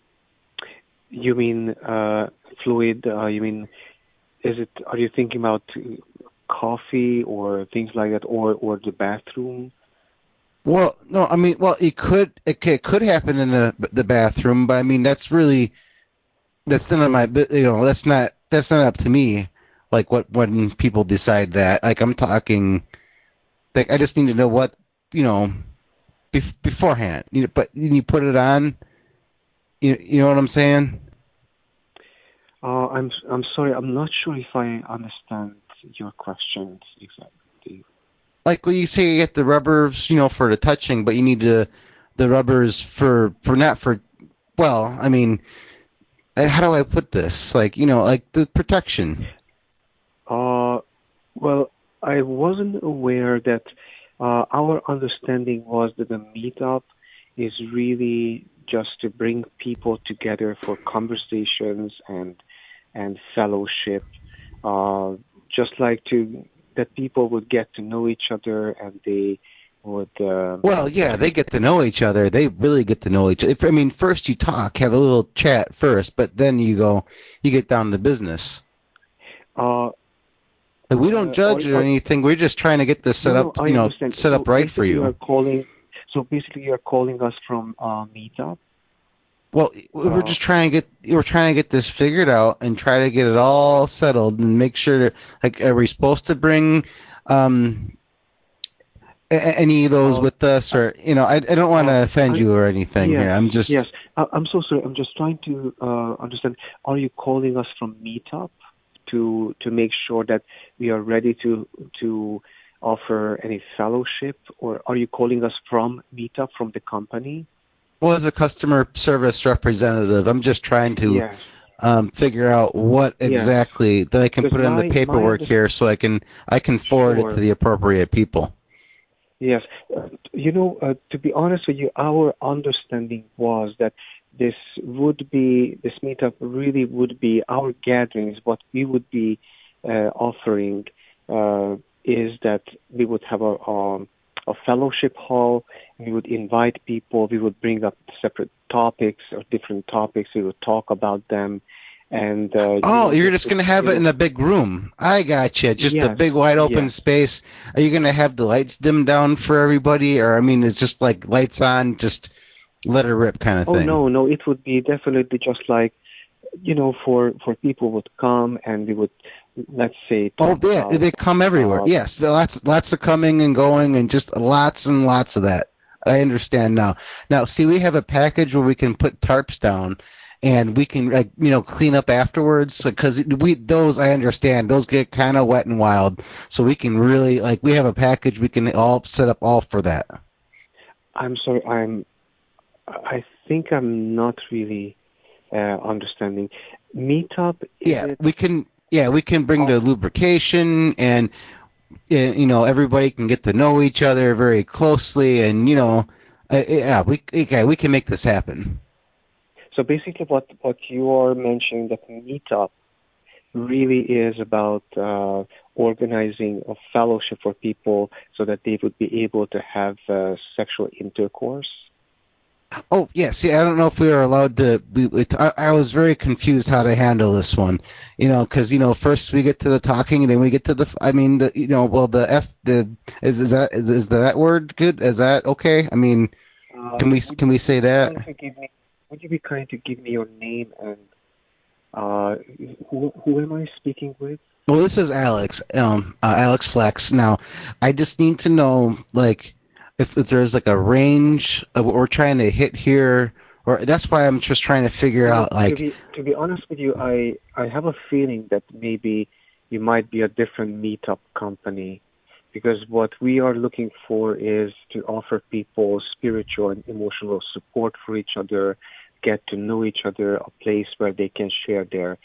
S8: you mean uh, fluid? Uh, you mean is it? Are you thinking about coffee or things like that, or or the bathroom?
S4: Well, no, I mean, well, it could it could, it could happen in the the bathroom, but I mean, that's really that's none of my bu- you know that's not that's not up to me. Like what when people decide that, like I'm talking, like I just need to know what you know bef- beforehand. You know, but you put it on. You you know what I'm saying?
S8: Uh, I'm I'm sorry. I'm not sure if I understand your question exactly.
S4: like when you say you get the rubbers, you know, for the touching, but you need the the rubbers for for not for well, I mean, uh, how do I put this? Like, you know, like the protection.
S8: Uh, well, I wasn't aware that uh, our understanding was that the meetup is really just to bring people together for conversations and and fellowship, uh, just like to that people would get to know each other and they would. Uh,
S4: Well, yeah, they get to know each other. They really get to know each other. I mean, first you talk, have a little chat first, but then you go, you get down to business.
S8: uh,
S4: Like, we don't
S8: Uh,
S4: judge
S8: I-
S4: or
S8: I-
S4: anything. We're just trying to get this set
S8: No,
S4: up,
S8: I
S4: you know,
S8: understand.
S4: set up
S8: So
S4: right for
S8: basically
S4: you.
S8: are calling, so basically you're calling us from uh, Meetup.
S4: Well, we we're
S8: Well-
S4: just trying to get we're trying to get this figured out and try to get it all settled and make sure like are we supposed to bring um a- a- any of those
S8: Well,
S4: with us or you know I, I don't want to
S8: well,
S4: offend
S8: I-
S4: you or anything
S8: yes,
S4: here. I'm just
S8: Yes, I, I'm so sorry. I'm just trying to uh, understand. Are you calling us from Meetup to to make sure that we are ready to to offer any fellowship, or are you calling us from Meetup from the company?
S4: well as a customer service representative, I'm just trying to
S8: Yes.
S4: um figure out what
S8: Yes.
S4: exactly that I can
S8: Because
S4: put in
S8: my-
S4: the
S8: my
S4: paperwork
S8: unders-
S4: here so I can I can forward it
S8: Sure.
S4: to the appropriate people.
S8: Yes. Uh, You know, uh, to be honest with you, our understanding was that this would be, this meetup really would be our gatherings. What we would be uh, offering uh, is that we would have a, um, a fellowship hall, we would invite people, we would bring up separate topics or different topics, we would talk about them. And uh,
S4: Oh, you're just gonna have it in a big room. I got you. Just a
S8: Yes,
S4: big wide open
S8: yes.
S4: space. Are you gonna have the lights dimmed down for everybody, or I mean, it's just like lights on, just let her rip kind of
S8: Oh
S4: thing.
S8: no, no, it would be definitely just like you know, for for people would come and we would let's say
S4: Oh
S8: talk
S4: yeah,
S8: about-
S4: they come everywhere.
S8: uh,
S4: yes, there are lots, lots of coming and going, and just lots and lots of that. I understand now. Now, see, we have a package where we can put tarps down, and we can, like, you know, clean up afterwards. Because we those, I understand, those get kind of wet and wild. So we can really, like, we have a package we can all set up all for that.
S8: I'm sorry, I'm I think I'm not really uh, understanding. Meetup is
S4: Yeah,
S8: it
S4: we can. Yeah, we can bring the lubrication and eh, you know everybody can get to know each other very closely, and you know, eh, eh, yeah, we okay, we can make this happen.
S8: So basically, what what you are mentioning that meetup really is about uh, organizing a fellowship for people so that they would be able to have uh, sexual intercourse.
S4: Oh yeah, see, I don't know if we are allowed to. We, it, I, I was very confused how to handle this one, you know, because you know, first we get to the talking, and then we get to the. f- I mean, the you know, well, the f the is is that is, is that word good? Is that okay? I mean,
S8: Uh,
S4: can we
S8: would
S4: can we say
S8: you be kind
S4: that?
S8: to give me- would you be kind to give me your name and uh, who who am I speaking with?
S4: Well, this is Alex, um, uh, Alex Flex. Now, I just need to know like if, if there's like a range of what we're trying to hit here, or that's why I'm just trying to figure out
S8: to
S4: like
S8: be to be honest with you, I I have a feeling that maybe you might be a different meetup company because what we are looking for is to offer people spiritual and emotional support for each other, get to know each other, a place where they can share their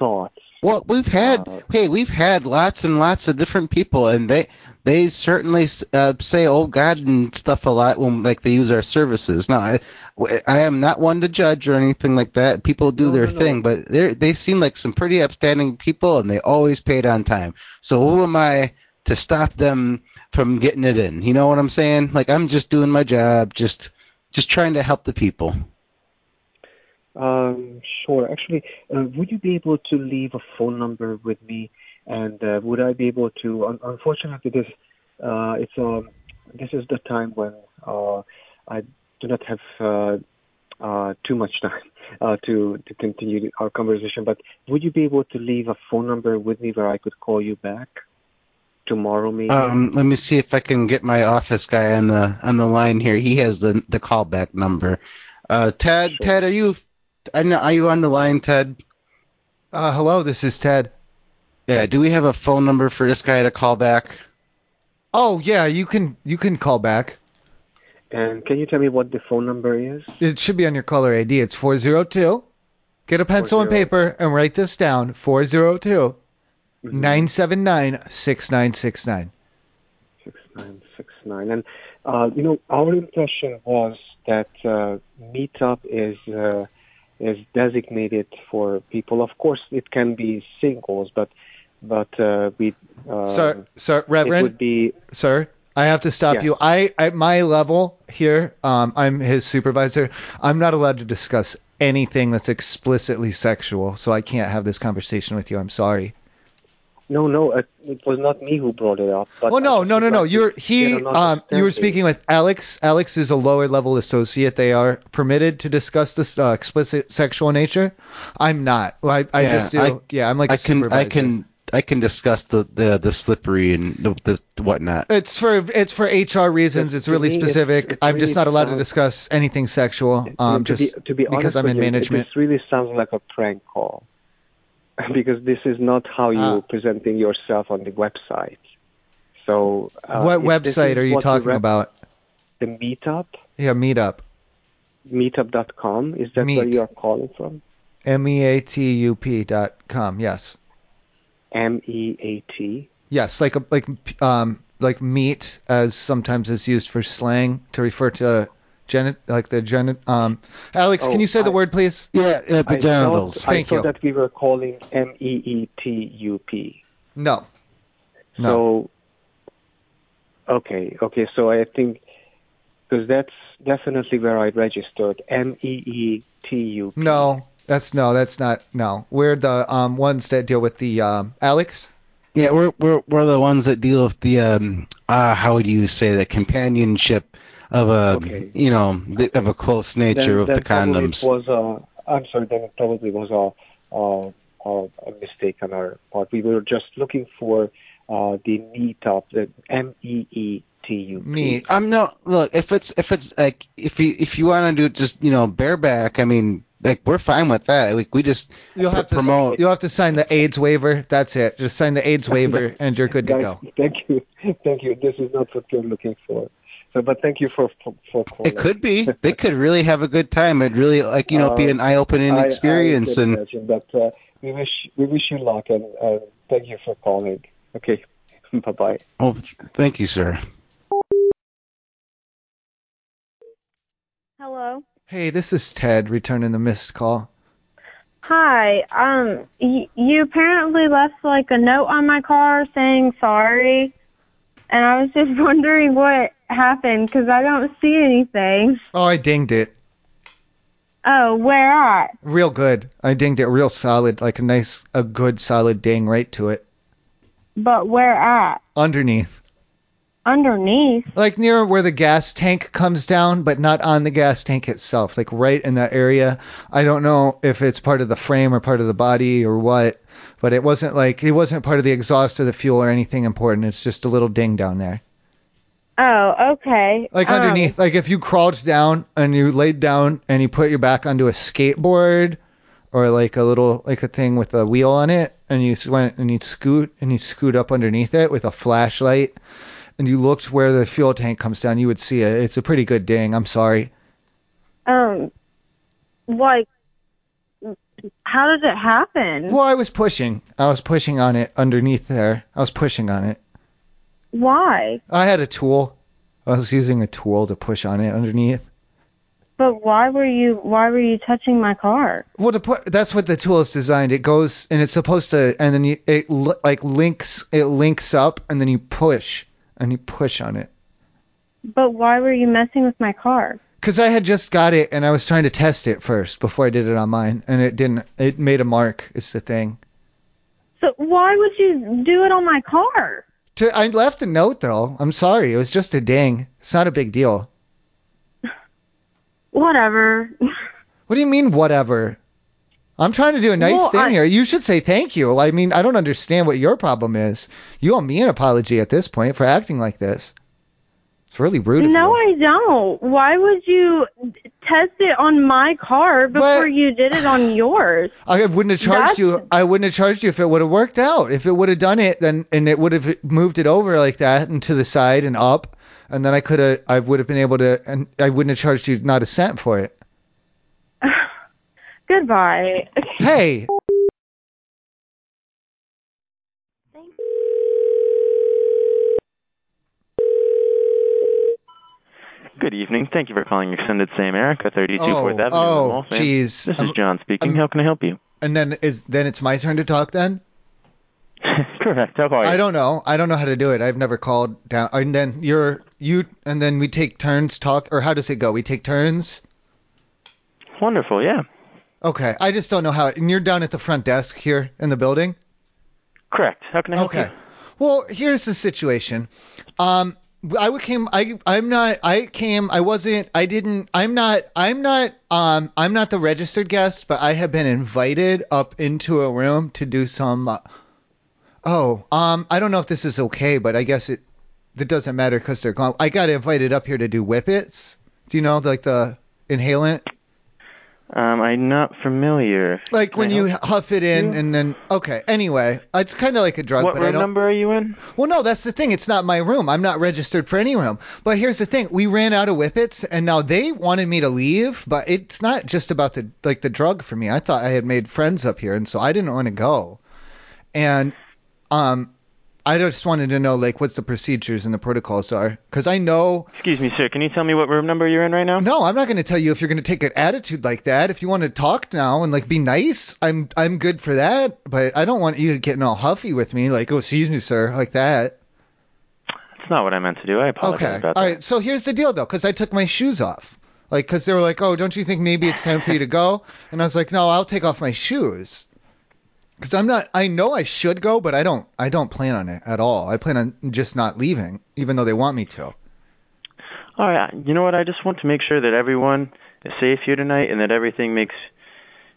S8: thoughts.
S4: Well, we've had
S8: Uh,
S4: hey, we've had lots and lots of different people, and they they certainly uh, say "oh God" and stuff a lot when like they use our services. Now, I, w- I am not one to judge or anything like that. People do
S8: No,
S4: their
S8: no, no.
S4: thing, but they they seem like some pretty upstanding people, and they always paid on time. So who am I to stop them from getting it in? You know what I'm saying? Like I'm just doing my job, just just trying to help the people.
S8: Um, sure. Actually, uh, would you be able to leave a phone number with me, and uh, would I be able to? Un- unfortunately, this uh, it's um, this is the time when uh, I do not have uh, uh, too much time <laughs> uh, to to continue our conversation. But would you be able to leave a phone number with me where I could call you back tomorrow, maybe?
S4: Um, let me see if I can get my office guy on the on the line here. He has the the callback number. Uh, Ted,
S8: Sure.
S4: Ted, are you? I know, are you on the line, Ted?
S2: Uh, hello, this is Ted.
S4: Yeah. Do we have a phone number for this guy to call back?
S2: Oh yeah, you can you can call back.
S8: and can you tell me what the phone number is?
S2: It should be on your caller ID. It's 402. Get a pencil and
S8: 40.
S2: paper and write this down. 402
S8: Mhm.
S2: 979 6969.
S8: six nine six nine. And uh, you know, our impression was that uh, Meetup is uh, is designated for people. Of course, it can be singles, but but uh, we uh,
S2: Sir, sir,
S8: it
S2: Reverend,
S8: would be
S2: sir, I have to stop
S8: Yes.
S2: you. I at my level here, um, I'm his supervisor. I'm not allowed to discuss anything that's explicitly sexual, so I can't have this conversation with you. I'm sorry.
S8: no no. It, it was not me who brought it up. But
S2: Oh no,
S8: I
S2: no, no, no.
S8: just
S2: You're
S8: like to get
S2: he.
S8: an
S2: Um, you were
S8: understanding.
S2: speaking with Alex. Alex is a lower level associate. They are permitted to discuss this uh, explicit sexual nature. I'm not. I, I
S4: Yeah,
S2: just do.
S4: I-
S2: yeah, I'm like a
S4: I can I
S2: supervisor.
S4: can I can discuss the the, the slippery and the, the whatnot.
S2: It's for it's for HR reasons.
S8: But
S2: It's
S8: to
S2: really
S8: me, it's-
S2: specific.
S8: it
S2: I'm just
S8: really
S2: not allowed to
S8: sounds-
S2: discuss anything sexual.
S8: You know,
S2: Um,
S8: to
S2: just
S8: be, to be
S2: because
S8: honest
S2: I'm
S8: with
S2: in
S8: you,
S2: management.
S8: This really sounds like a prank call <laughs> because this is not how you
S2: Ah.
S8: presenting yourself on the website. So uh,
S2: what
S8: if this
S2: website
S8: is
S2: are you
S8: what
S2: talking
S8: rep-
S2: about?
S8: The Meetup,
S2: Yeah, Meetup.
S8: meetup.com. Is that where
S2: Meet.
S8: you are calling from?
S2: M e a t u p dot com. Yes.
S8: M E A T.
S2: Yes, like a, like um like meat as sometimes is used for slang to refer to geni- like the geni- um Alex, can
S8: Oh,
S2: you say the
S8: I-
S2: word please?
S4: Yeah, uh, the
S8: I
S4: genitals.
S8: thought, I
S2: Thank
S8: thought
S2: you.
S8: that we were calling M E E T U P.
S2: No. No.
S8: So, okay, okay. So I think because that's definitely where I registered. M E E T U.
S2: No. That's no, that's not no. We're the um ones that deal with the um Alex.
S4: Yeah, we're we're we're the ones that deal with the um uh how would you say the companionship of a
S8: Okay.
S4: you know the, of a close nature
S8: then,
S4: of
S8: then
S4: the condoms.
S8: Probably it was a, I'm sorry. Then it probably was a, a, a, a mistake on our part. We were just looking for uh, the meetup, the M E E T U P.
S2: Meat.
S4: I'm not look if it's if it's like if you if you want to do just you know bareback I mean like we're fine with that like we just
S2: You'll have to
S4: promote
S2: you'll have to sign the AIDS waiver. That's it. Just sign the AIDS waiver and you're good to
S8: Guys, <laughs>
S2: go.
S8: Thank you, thank you. This is not what we're looking for. So, but thank you for for, for
S2: Oh,
S8: calling.
S4: it could
S2: <laughs>
S4: be they could really have a good time it'd really like you know be
S8: Uh,
S4: an eye opening
S8: I-
S4: experience
S8: I, can
S4: and
S8: imagine, but uh, we wish we wish you luck and uh, thank you for calling. Okay, <laughs> bye bye.
S4: Oh, thank you, sir.
S6: Hello.
S2: Hey, this is Ted returning the missed call.
S6: Hi. Um, y- you apparently left like a note on my car saying sorry, and I was just <laughs> wondering what happened because I don't see anything.
S2: Oh, I dinged it.
S6: Oh, where at?
S2: Real good. I dinged it real solid, like a nice, a good solid ding right to it.
S6: But where at?
S2: Underneath.
S6: Underneath.
S2: Like near where the gas tank comes down, but not on the gas tank itself. Like right in that area. I don't know if it's part of the frame or part of the body or what, but it wasn't like, it wasn't part of the exhaust or the fuel or anything important. It's just a little ding down there.
S6: Oh, okay.
S2: Like
S6: Um,
S2: underneath, like if you crouched down and you laid down and you put your back onto a skateboard or like a little like a thing with a wheel on it and you s- went and you scoot and you scoot up underneath it with a flashlight and you looked where the fuel tank comes down, you would see it. It's a pretty good ding. I'm sorry.
S6: Um, like, how did it happen?
S2: Well, I was pushing. I was pushing on it underneath there. I was pushing on it.
S6: Why?
S2: I had a tool. I was using a tool to push on it underneath.
S6: But why were you why were you touching my car?
S2: Well, to put, that's what the tool is designed. It goes and it's supposed to, and then you, it li- like links, it links up, and then you push and you push on it.
S6: But why were you messing with my car?
S2: Cause I had just got it and I was trying to test it first before I did it on mine, and it didn't. It made a mark. It's the thing.
S6: So why would you do it on my car?
S2: To, I left a note though. I'm sorry. It was just a ding. It's not a big deal.
S6: Whatever.
S2: What do you mean whatever? I'm trying to do a nice
S6: Well,
S2: thing
S6: I-
S2: here. You should say thank you. I mean, I don't understand what your problem is. You owe me an apology at this point for acting like this. It's really rude of
S6: No,
S2: you.
S6: I don't. Why would you test it on my car before
S2: But-
S6: you did it on yours?
S2: I wouldn't have charged
S6: That's-
S2: you. I wouldn't have charged you if it would have worked out. If it would have done it, then and it would have moved it over like that and to the side and up, and then I could have. I would have been able to, and I wouldn't have charged you not a cent for it.
S1: <laughs>
S6: Goodbye.
S2: Hey,
S9: Good evening. Thank you for calling Extended Sam Erica, 32
S2: Oh,
S9: Fourth Avenue.
S2: oh,
S9: in Waltham.
S2: jeez.
S9: This
S2: Um,
S9: is John speaking.
S2: um,
S9: How can I help you?
S2: and then is then it's my turn to talk then.
S9: <laughs> Correct. How are you?
S2: I don't know. I don't know how to do it. I've never called down. And then you're you, and then we take turns talk, or how does it go? We take turns.
S9: Wonderful. Yeah.
S2: Okay, I just don't know how. And you're down at the front desk here in the building.
S9: Correct. How can I help
S2: Okay. Well, here's the situation. Um, I would came. I I'm not. I came. I wasn't. I didn't. I'm not. I'm not. Um, I'm not the registered guest, but I have been invited up into a room to do some. Uh, oh, um, I don't know if this is okay, but I guess it. It doesn't matter because they're gone. I got invited up here to do whippets. Do you know like the inhalant?
S9: you? Um, I'm not familiar.
S2: Like
S9: Can
S2: when
S9: I
S2: you
S9: help?
S2: huff it in
S9: Yeah.
S2: and then okay. Anyway, it's kind of like a drug,
S9: What
S2: but I
S9: room
S2: don't.
S9: number are you in?
S2: Well, no, that's the thing. It's not my room. I'm not registered for any room. But here's the thing: we ran out of whippets, and now they wanted me to leave. But it's not just about the like the drug for me. I thought I had made friends up here, and so I didn't want to go. And um, I just wanted to know like what's the procedures and the protocols are, because I know.
S9: Excuse me, sir. Can you tell me what room number you're in right now?
S2: No, I'm not going to tell you if you're going to take an attitude like that. If you want to talk now and like be nice, I'm I'm good for that. But I don't want you to get all huffy with me, like oh, excuse me, sir, like that.
S9: That's not what I meant to do. I apologize
S2: Okay.
S9: about
S2: All
S9: that.
S2: right. So here's the deal, though, because I took my shoes off. Like, because they were like, oh, don't you think maybe it's time for you to go? <laughs> And I was like, no, I'll take off my shoes. Because I'm not, I know I should go, but I don't, I don't plan on it at all. I plan on just not leaving, even though they want me to.
S9: All right. You know what? I just want to make sure that everyone is safe here tonight and that everything makes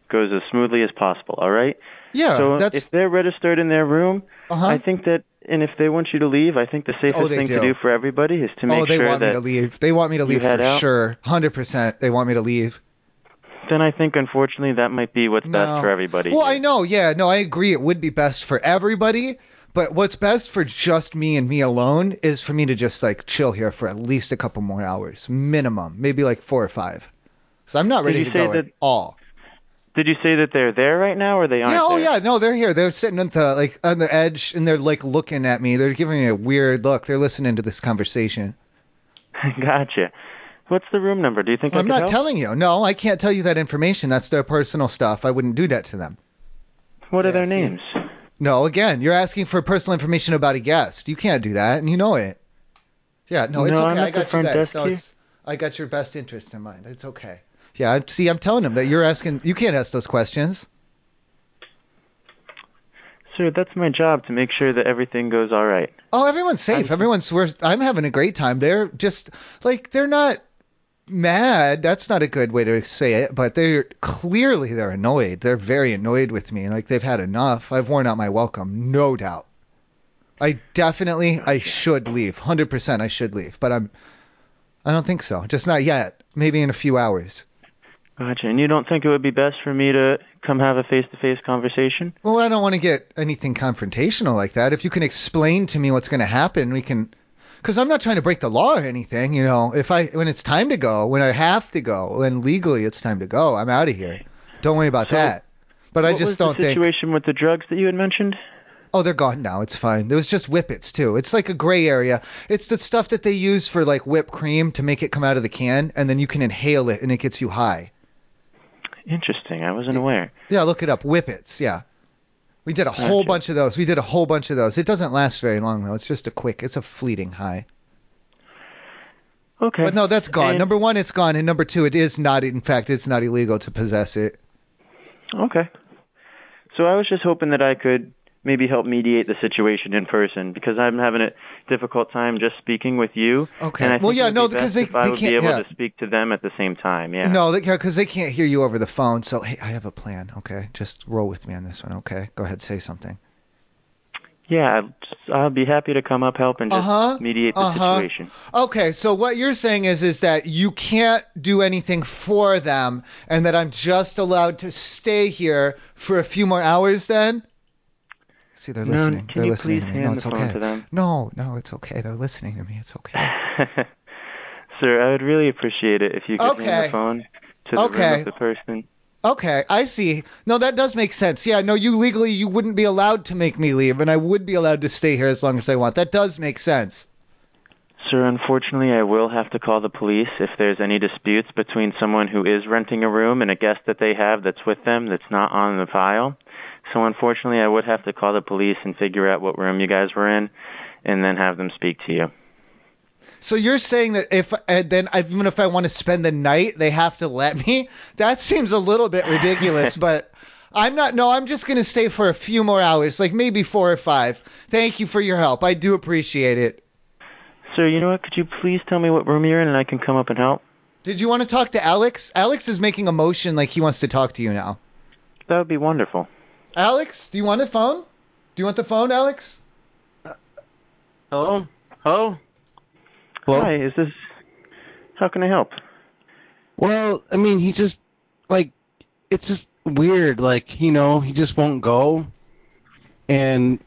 S9: goes as smoothly as possible. All right.
S2: Yeah.
S9: so
S2: that's,
S9: if they're registered in their room,
S2: uh
S4: Uh-huh.
S2: huh.
S9: I think that, and if they want you to leave, I think the safest
S2: Oh, they
S9: thing
S2: do.
S9: to do for everybody is to make
S2: Oh, they
S9: sure
S2: want me
S9: that.
S2: to leave. They want me to leave
S9: head
S2: for
S9: out?
S2: sure. 100%. They want me to leave.
S9: Then I think, unfortunately, that might be what's
S2: No.
S9: best for everybody.
S2: Well, I know, yeah, no, I agree. It would be best for everybody, but what's best for just me and me alone is for me to just like chill here for at least a couple more hours, minimum, maybe like four or five. So I'm not
S9: Did
S2: ready
S9: you
S2: to
S9: say
S2: go at
S9: that-
S2: all.
S9: Did you say that they're there right now, or they aren't?
S2: yeah, oh
S9: there?
S2: yeah, no, they're here. They're sitting at the like on the edge, and they're like looking at me. They're giving me a weird look. They're listening to this conversation.
S9: <laughs> gotcha. What's the room number? Do you think I
S2: I'm
S9: could
S2: not
S9: help?
S2: telling you. No, I can't tell you that information. That's their personal stuff. I wouldn't do that to them.
S9: What are their names?
S2: No, again, you're asking for personal information about a guest. You can't do that, and you know it. Yeah, no, it's
S10: No, I'm
S2: okay. I
S10: at the
S2: got
S10: front
S2: your
S10: desk
S2: best. No,
S10: here.
S2: it's, I got your best interest in mind. It's okay. Yeah, I- see, I'm telling them that you're asking. You can't ask those questions.
S9: Sir, that's my job to make sure that everything goes all right.
S2: Oh, everyone's safe. everyone's we're, I'm having a great time. They're just like they're not mad. That's not a good way to say it, but they're clearly they're annoyed. They're very annoyed with me. Like they've had enough. I've worn out my welcome, no doubt. I definitely I should leave. 100% I should leave, but I'm I don't think so. Just not yet. Maybe in a few hours.
S9: Gotcha. And you don't think it would be best for me to come have a face-to-face conversation?
S2: Well, I don't want to get anything confrontational like that. If you can explain to me what's going to happen, we can. Because I'm not trying to break the law or anything, you know. If I when it's time to go, when I have to go, when legally it's time to go, I'm out of here. Don't worry about that. But I
S9: what was
S2: just don't
S9: the
S2: think.
S9: situation with the drugs that you had mentioned?
S2: Oh, they're gone now. It's fine. There was just whippets too. It's like a gray area. It's the stuff that they use for like whipped cream to make it come out of the can, and then you can inhale it and it gets you high.
S9: Interesting. I wasn't aware.
S2: Yeah, look it up. Whippets. Yeah. We did a whole bunch of those. We did a whole bunch of those. It doesn't last very long though. It's just a quick. It's a fleeting high.
S9: Okay.
S2: But no, that's gone.
S9: And-
S2: number one, it's gone, and number two, it is not. In fact, it's not illegal to possess it.
S9: Okay. So I was just hoping that I could maybe help mediate the situation in person because I'm having a difficult time just speaking with you.
S2: Okay.
S9: And I
S2: Well,
S9: think it
S2: yeah,
S9: would
S2: no,
S9: be
S2: because
S9: best
S2: they-
S9: if I
S2: they
S9: would
S2: can't-
S9: be able
S2: yeah.
S9: to speak to them at the same time. Yeah.
S2: No, because they can't hear you over the phone. So hey, I have a plan. Okay, just roll with me on this one. Okay, go ahead, say something.
S9: Yeah. I'll, just, I'll be happy to come up help and just
S2: Uh-huh,
S9: mediate the
S2: uh-huh.
S9: situation.
S2: Okay, so what you're saying is is that you can't do anything for them, and that I'm just allowed to stay here for a few more hours. Then. See, they're
S9: No,
S2: listening.
S9: can
S2: they're
S9: you
S2: listening
S9: please
S2: to me. no,
S9: hand
S2: it's
S9: the phone
S2: okay.
S9: to them?
S2: No, no, it's okay. They're listening to me. It's okay.
S9: <laughs> Sir, I would really appreciate it if you could hand
S2: Okay.
S9: the phone to the room
S2: Okay.
S9: of the person.
S2: Okay, I see. No, that does make sense. Yeah, no, you legally you wouldn't be allowed to make me leave, and I would be allowed to stay here as long as I want. That does make sense.
S9: Sir, unfortunately, I will have to call the police if there's any disputes between someone who is renting a room and a guest that they have that's with them that's not on the file. So, unfortunately, I would have to call the police and figure out what room you guys were in and then have them speak to you.
S2: So you're saying that if and then even if I want to spend the night, they have to let me? That seems a little bit
S9: <laughs>
S2: ridiculous, but I'm not. No, I'm just gonna stay for a few more hours, like maybe four or five. Thank you for your help. I do appreciate it.
S9: Sir, you know what? Could you please tell me what room you're in and I can come up and help?
S2: Did you want to talk to Alex? Alex is making a motion like he wants to talk to you now.
S9: That would be wonderful.
S2: Alex, do you want the phone? Do you want the phone, Alex?
S4: Hello? Hello?
S9: Hi, is this. How can I help?
S4: Well, I mean, he just like it's just weird. Like you know, he just won't go, and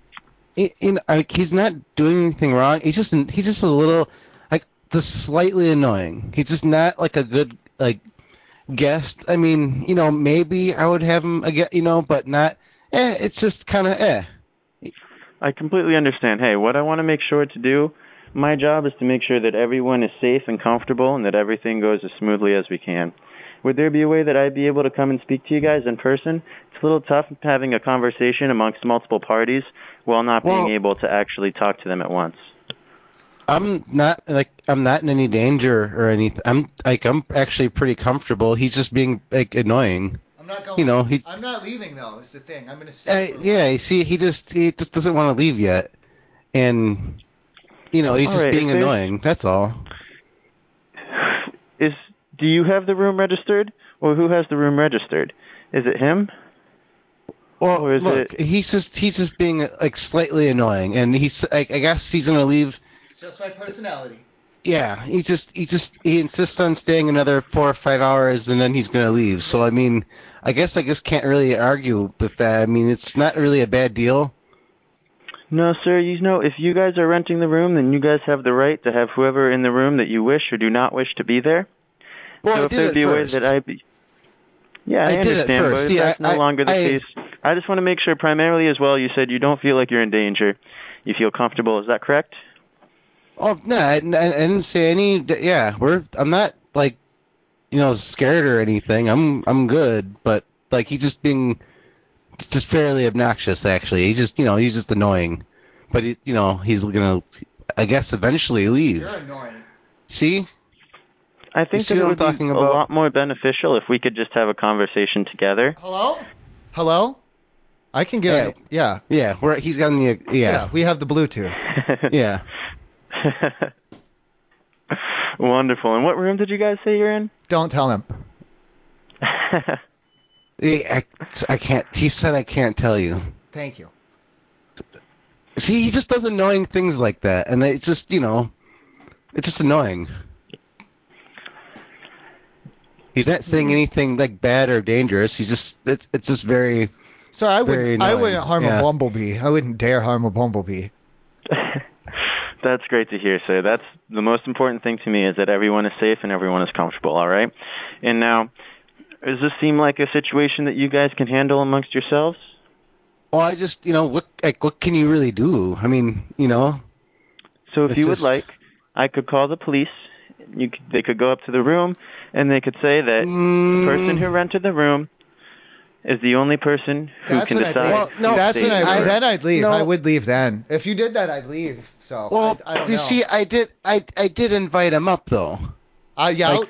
S4: it, you know, like, he's not doing anything wrong. He's just he's just a little like the slightly annoying. He's just not like a good like guest. I mean, you know, maybe I would have him again, you know, but not. Eh, it's just kind of eh.
S9: I completely understand. Hey, what I want to make sure to do, my job is to make sure that everyone is safe and comfortable and that everything goes as smoothly as we can. Would there be a way that I'd be able to come and speak to you guys in person? It's a little tough having a conversation amongst multiple parties while not
S4: Well-
S9: being able to actually talk to them at once.
S4: I'm not like I'm not in any danger or anything. I'm like I'm actually pretty comfortable. He's just being like annoying.
S2: I'm not going.
S4: You know, he
S2: I'm not leaving though. Is the thing. I'm gonna stay.
S4: Uh, yeah, you see, he just he just doesn't want to leave yet, and you know he's
S9: All
S4: just
S9: right,
S4: being
S9: if there's-
S4: annoying. That's all.
S9: Is do you have the room registered? Or who has the room registered? Is it him?
S4: Well,
S9: Or is
S4: look, he's just he's just being like slightly annoying, and he's I, I guess he's gonna leave.
S2: It's just my personality.
S4: Yeah, he just he just he insists on staying another four or five hours, and then he's gonna leave. So I mean, I guess I just can't really argue with that. I mean, it's not really a bad deal.
S9: No, sir. You know, if you guys are renting the room, then you guys have the right to have whoever in the room that you wish or do not wish to be there.
S4: Well,
S9: so
S4: I
S9: if
S4: did
S9: there'd
S4: at
S9: be a way
S4: first.
S9: that I be, Yeah, I,
S4: I did at
S9: understand, but
S4: first. See,
S9: that's
S4: I-
S9: no
S4: I-
S9: longer the
S4: I-
S9: case. I just want to make sure, primarily as well. You said you don't feel like you're in danger. You feel comfortable. Is that correct?
S4: Oh no, I, I I didn't say any. d- Yeah, we're. I'm not like, you know, scared or anything. I'm I'm good, but like he's just being, just fairly obnoxious. Actually, he's just you know he's just annoying, but he, you know he's gonna, I guess, eventually leave. You're
S2: annoying.
S4: See?
S9: I think
S4: see
S9: that it
S4: what I'm
S9: would be
S4: talking
S9: a
S4: about?
S9: lot more beneficial if we could just have a conversation together.
S2: Hello? Hello? I can get it. Yeah.
S4: Yeah, we're, he's got the yeah.
S2: We have
S4: <laughs>
S2: the Bluetooth.
S4: yeah.
S9: Wonderful. And what room did you guys say you're in?
S2: Don't tell him.
S4: I, I can't. He said I can't tell you.
S2: Thank you.
S4: See, he just does annoying things like that, and it's just you know, it's just annoying. He's not
S2: Mm-hmm.
S4: saying anything like bad or dangerous. He's just it's, it's just very.
S2: Sorry, I
S4: Very
S2: wouldn't. I
S4: annoying.
S2: wouldn't harm
S4: Yeah.
S2: a bumblebee. I wouldn't dare harm a bumblebee.
S9: That's great to hear, sir. That's the most important thing to me is that everyone is safe and everyone is comfortable, all right? And now, does this seem like a situation that you guys can handle amongst yourselves?
S4: Well, I just you know what like what can you really do? I mean, you know.
S9: So if
S4: It's
S9: you
S4: just-
S9: would like, I could call the police. You could, they could go up to the room and they could say that
S4: Mm.
S9: the person who rented the room is the only person who
S2: That's
S9: can
S2: what I'd
S9: decide.
S2: leave.
S9: if
S2: that's
S9: they
S2: what I,
S9: were-
S2: then I'd leave.
S4: No.
S2: I would leave then. If you did that, I'd leave. So
S4: Well,
S2: I, I don't
S4: you
S2: know.
S4: see, I did I I did invite him up though.
S2: I, Uh, yeah,
S9: like-
S2: I'll,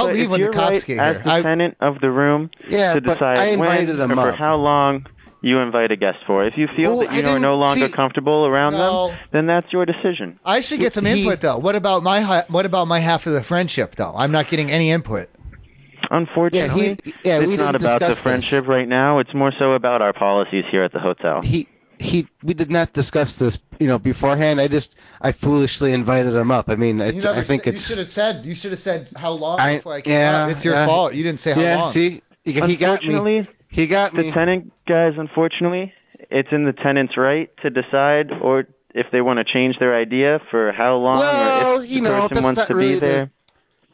S2: I'll
S9: But
S2: leave
S9: if
S2: when the
S9: you're
S2: cops
S9: right,
S2: get here.
S9: As the
S2: I-
S9: tenant of the room,
S4: Yeah,
S9: to
S4: but
S9: decide
S4: I invited
S9: when
S4: him
S9: or
S4: up.
S9: for how long you invite a guest for. If you feel
S4: Well,
S9: that
S4: I
S9: you are no
S4: didn't-
S9: longer
S4: see-
S9: comfortable around
S2: No.
S9: them, then that's your decision.
S2: I should get some
S4: He-
S2: input though. What about my hi- what about my half of the friendship though? I'm not getting any input.
S4: Yeah,
S9: Unfortunately,
S4: he yeah
S9: it's
S4: we
S9: not about
S4: didn't
S9: the
S4: discuss this.
S9: friendship right now. It's more so about our policies here at the hotel.
S4: he he we did not discuss this you know beforehand i just i foolishly invited him up i mean it's, i think it's
S2: have said you should have said how long
S4: I- yeah
S2: It's your
S4: yeah.
S2: fault. You didn't say how
S4: yeah
S2: long.
S4: see he, he got me
S9: Unfortunately,
S4: he got
S9: the
S4: me
S9: tenant guys. Unfortunately, it's in the tenant's right to decide or. If they want to change their idea for how long,
S4: Well,
S9: or if
S4: you
S9: the
S4: know,
S9: person
S4: that's
S9: wants
S4: not
S9: to
S4: really
S9: be
S4: the-
S9: there,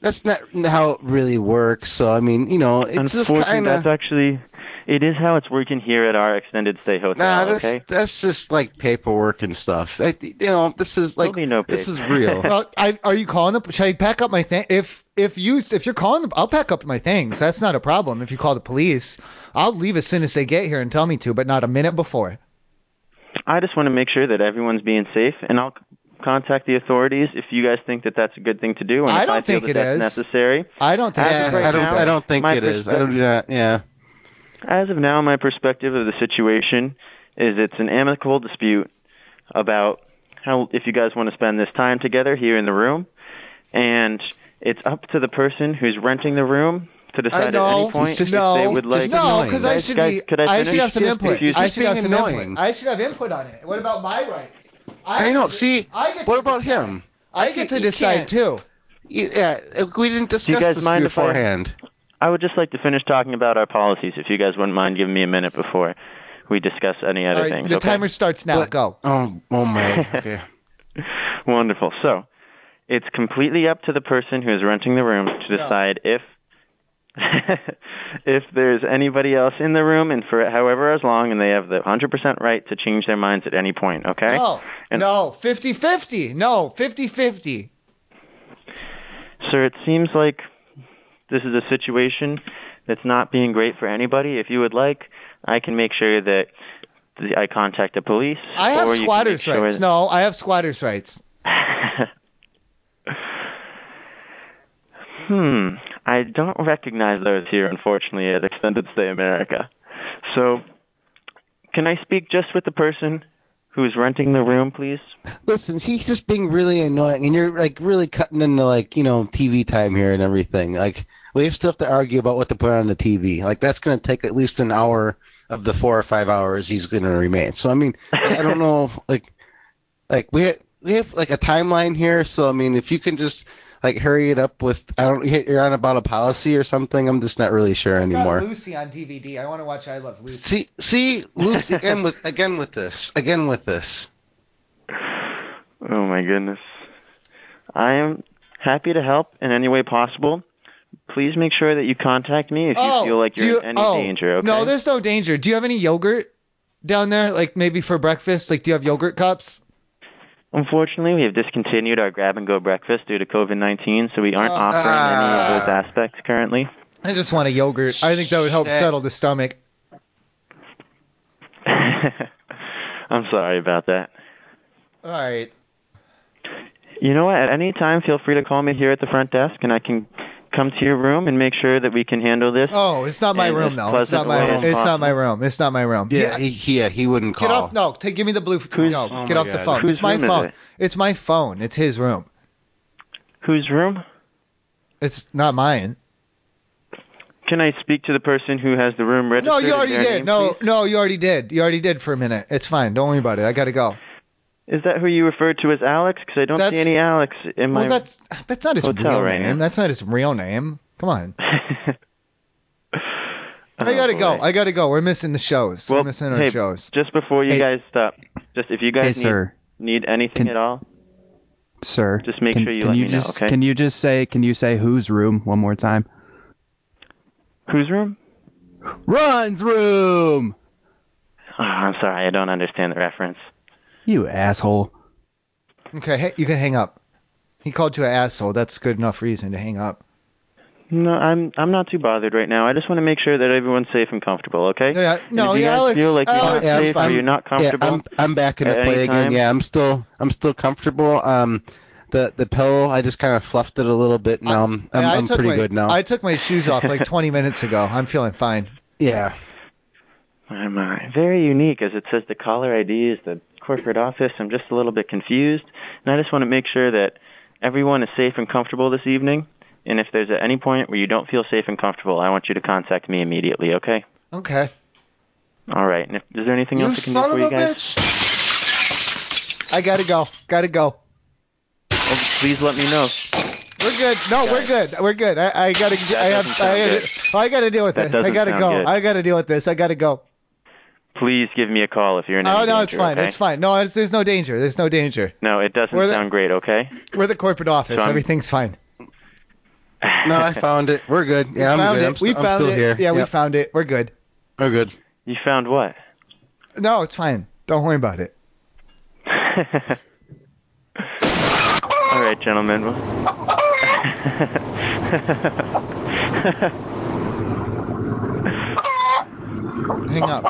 S4: that's not how it really works so i mean you know it's just
S9: unfortunately,
S4: kind
S9: that's
S4: of
S9: actually it is how it's working here at our extended stay hotel.
S4: Nah, that's,
S9: okay,
S4: that's just like paperwork and stuff. I, you know, this is like
S9: There'll be no
S4: this
S9: paper.
S4: is real.
S2: <laughs> well, I, are you calling the? Should I pack up my thing? If if you if you're calling, the, I'll pack up my things. That's not a problem. If you call the police, I'll leave as soon as they get here and tell me to, but not a minute before.
S9: I just want to make sure that everyone's being safe, and I'll c- contact the authorities if you guys think that that's a good thing to do, and
S2: I
S9: if
S2: don't
S9: I feel
S2: think
S9: that
S2: it
S9: that's
S2: is.
S9: necessary.
S2: I don't think.
S9: Yeah,
S2: it's
S9: right
S4: I don't.
S9: now,
S4: I don't think
S9: my
S4: it is. I don't
S9: perspective-
S4: do that. Yeah.
S9: As of now, my perspective of the situation is it's an amicable dispute about how if you guys want to spend this time together here in the room, and it's up to the person who's renting the room to
S2: I
S9: decide at
S2: know.
S9: any point
S4: Just-
S9: if they
S2: no,
S9: would like.
S2: no,
S4: annoying.
S2: because I
S9: Guys-
S2: should
S9: guys,
S2: be.
S9: could I
S2: I,
S9: finish?
S2: should have some
S9: Just
S2: input.
S9: refuse
S2: I
S9: to
S2: should have
S4: being
S2: some
S4: annoying.
S2: input. I should have input on it. What about my rights?
S4: I know. See,
S2: I get
S4: what
S2: to
S4: about
S2: decide.
S4: him?
S2: I
S4: can't-
S2: get to
S4: you
S2: decide
S4: can't.
S2: too.
S4: Yeah, we didn't discuss
S9: guys
S4: this
S9: mind if I-
S4: beforehand.
S9: I would just like to finish talking about our policies, if you guys wouldn't mind giving me a minute before we discuss any other
S2: All right,
S9: things.
S2: the
S9: okay?
S2: timer starts now.
S4: But-
S2: Go.
S4: Oh,
S9: <laughs>
S4: oh my. Okay.
S9: Wonderful. So it's completely up to the person who is renting the room to decide if <laughs> if there's anybody else in the room and for however as long, and they have the 100% right to change their minds at any point. Okay.
S2: No,
S9: And-
S2: no, 50-50. No, 50-50.
S9: Sir, it seems like this is a situation that's not being great for anybody. If you would like, I can make sure that the, I contact the police.
S2: I have
S9: or you can make
S2: squatters'
S9: sure
S2: rights.
S9: that-
S2: No, I have squatters' rights.
S9: hmm. <laughs> I don't recognize those here, unfortunately, at Extended Stay America. So, can I speak just with the person who's renting the room, please?
S4: Listen, he's just being really annoying, and you're like really cutting into like you know TV time here and everything. Like we still have to argue about what to put on the TV. Like that's gonna take at least an hour of the four or five hours he's gonna remain. So I mean, I don't know, like, like we ha- we have like a timeline here. So I mean, if you can just like hurry it up with I don't you're on about a policy or something. I'm just not really sure anymore.
S2: Lucy on DVD. I want to watch I Love Lucy.
S4: See, see, Lucy again with again with this, again with this.
S9: Oh my goodness. I am happy to help in any way possible, please make sure that you contact me if
S2: Oh,
S9: you feel like
S2: do
S9: you're
S2: you-
S9: in any
S2: oh,
S9: danger. Okay.
S2: No, there's no danger. Do you have any yogurt down there? Like maybe for breakfast? Like do you have yogurt cups?
S9: Unfortunately, we have discontinued our grab and go breakfast due to COVID 19, so we aren't offering any of those
S2: Ah.
S9: aspects currently.
S2: I just want a yogurt. I think that would help settle
S9: <laughs>
S2: the stomach.
S9: I'm sorry about that.
S2: All right.
S9: You know what? At any time, feel free to call me here at the front desk, and I can come to your room and make sure that we can handle this.
S2: Oh, it's not my
S9: in
S2: room
S9: as
S2: though. It's not
S9: pleasant
S2: my
S9: a way
S2: room.
S9: as
S2: It's not my
S9: possible.
S2: room. It's not my room.
S4: Yeah, he, he, yeah, he wouldn't call.
S2: Get off! No, take give me the blue. no,
S4: Oh
S2: get
S4: my
S2: off the
S4: God.
S2: phone.
S4: Whose
S2: it's my
S4: room is
S2: phone.
S4: it?
S2: It's my phone. It's his room.
S9: Whose room?
S2: It's not mine.
S9: Can I speak to the person who has the room registered?
S2: no, you
S9: and
S2: already
S9: their
S2: did.
S9: name,
S2: no,
S9: please?
S2: no, you already did. You already did for a minute. It's fine. Don't worry about it. I gotta go.
S9: Is that who you referred to as Alex? Because I don't
S2: That's-
S9: see any Alex in my.
S2: well, that's that's not his
S9: hotel
S2: real
S9: right
S2: name. That's not his real name.
S9: <laughs>
S2: Come on. I gotta go. I gotta go. We're missing the shows. We're missing our
S9: Oh, hey,
S2: shows.
S9: Just before you
S2: Hey.
S9: guys stop, just if you guys
S10: Hey,
S9: need,
S10: sir.
S9: need anything at all,
S10: sir.
S9: Just make
S10: can,
S9: sure you
S10: can
S9: let
S10: you
S9: me know,
S10: just,
S9: okay?
S10: Can you just say can you say whose room one more time?
S9: whose room?
S10: Ron's room.
S9: Oh, I'm sorry, I don't understand the reference.
S10: You asshole.
S2: Okay, hey, you can hang up. He called you an asshole. That's good enough reason to hang up.
S9: No, I'm I'm not too bothered right now. I just want to make sure that everyone's safe and comfortable, okay?
S2: Yeah, no,
S9: if you
S2: yeah,
S9: guys
S2: Alex-
S9: feel like you're
S2: Alex
S9: not
S2: is
S9: safe or
S2: fine.
S9: you're not comfortable,
S4: Yeah, I'm, I'm back in
S9: at
S4: the
S9: any
S4: play
S9: time.
S4: again. Yeah, I'm still I'm still comfortable. Um, the the pillow I just kind of fluffed it a little bit. Now I'm I'm,
S2: Yeah, I
S4: I'm
S2: took
S4: pretty
S2: my-
S4: good now.
S2: I took my shoes off
S9: <laughs>
S2: like 20 minutes ago. I'm feeling fine.
S4: yeah.
S9: My, my. uh, Very unique, as it says the caller ID is the corporate office. I'm just a little bit confused, and I just want to make sure that everyone is safe and comfortable this evening. And if there's at any point where you don't feel safe and comfortable, I want you to contact me immediately, okay?
S2: Okay.
S9: All right. And if, is there anything
S2: You
S9: else I can
S2: son
S9: do for
S2: of
S9: you
S2: a
S9: guys?
S2: I gotta go. Gotta go.
S9: Well, Oh, please let me know.
S2: We're good. No, we're good. We're good. I, I gotta. I have.
S9: doesn't
S2: I,
S9: sound
S2: gotta- I gotta deal with
S9: That
S2: this. I
S9: doesn't
S2: gotta
S9: sound
S2: go.
S9: good.
S2: I gotta deal with this. I gotta go.
S9: Please give me a call if you're in any
S2: Oh no,
S9: danger,
S2: it's fine.
S9: okay?
S2: It's fine. No, it's, there's no danger. There's no danger.
S9: No, it doesn't
S2: We're the-
S9: sound great, okay?
S2: We're the corporate office.
S9: So I'm-
S2: Everything's
S4: <sighs>
S2: fine.
S4: No, I found it. We're good. Yeah, I'm
S2: found
S4: good.
S2: it.
S4: I'm, st-
S2: we
S4: I'm
S2: found
S4: still
S2: it.
S4: here.
S2: Yeah, we
S4: Yep.
S2: found it. We're good.
S4: We're good.
S9: You found what?
S2: No, it's fine. Don't worry about
S9: <laughs>
S2: it.
S9: All right, gentlemen.
S2: <laughs>
S9: <laughs>
S2: Hang up.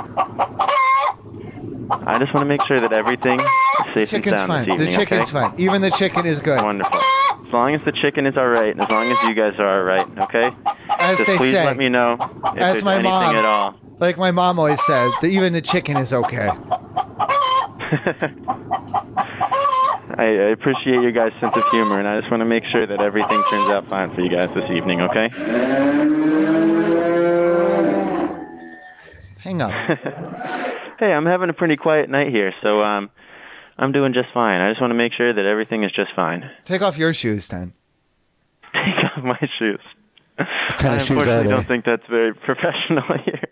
S9: I just want to make sure that everything is safe and
S2: Chicken's
S9: sound
S2: fine.
S9: this evening.
S2: the chicken's
S9: okay?
S2: fine. Even the chicken is good.
S9: Wonderful. As long as the chicken is all right, and as long as you guys are all right, okay?
S2: As
S9: just
S2: they
S9: please
S2: say.
S9: let me know if
S2: As
S9: there's
S2: my
S9: anything
S2: mom.
S9: at all.
S2: Like my mom always said, that even the chicken is okay.
S9: I, I appreciate your guys' sense of humor, and I just want to make sure that everything turns out fine for you guys this evening, okay?
S2: Hang
S9: <laughs>
S2: up.
S9: hey, I'm having a pretty quiet night here, so um, I'm doing just fine. I just want to make sure that everything is just fine.
S2: Take off your shoes then.
S9: Take off my shoes. What
S4: kind
S9: I
S4: of shoes are
S9: unfortunately
S4: they?
S9: don't think that's very <laughs> professional here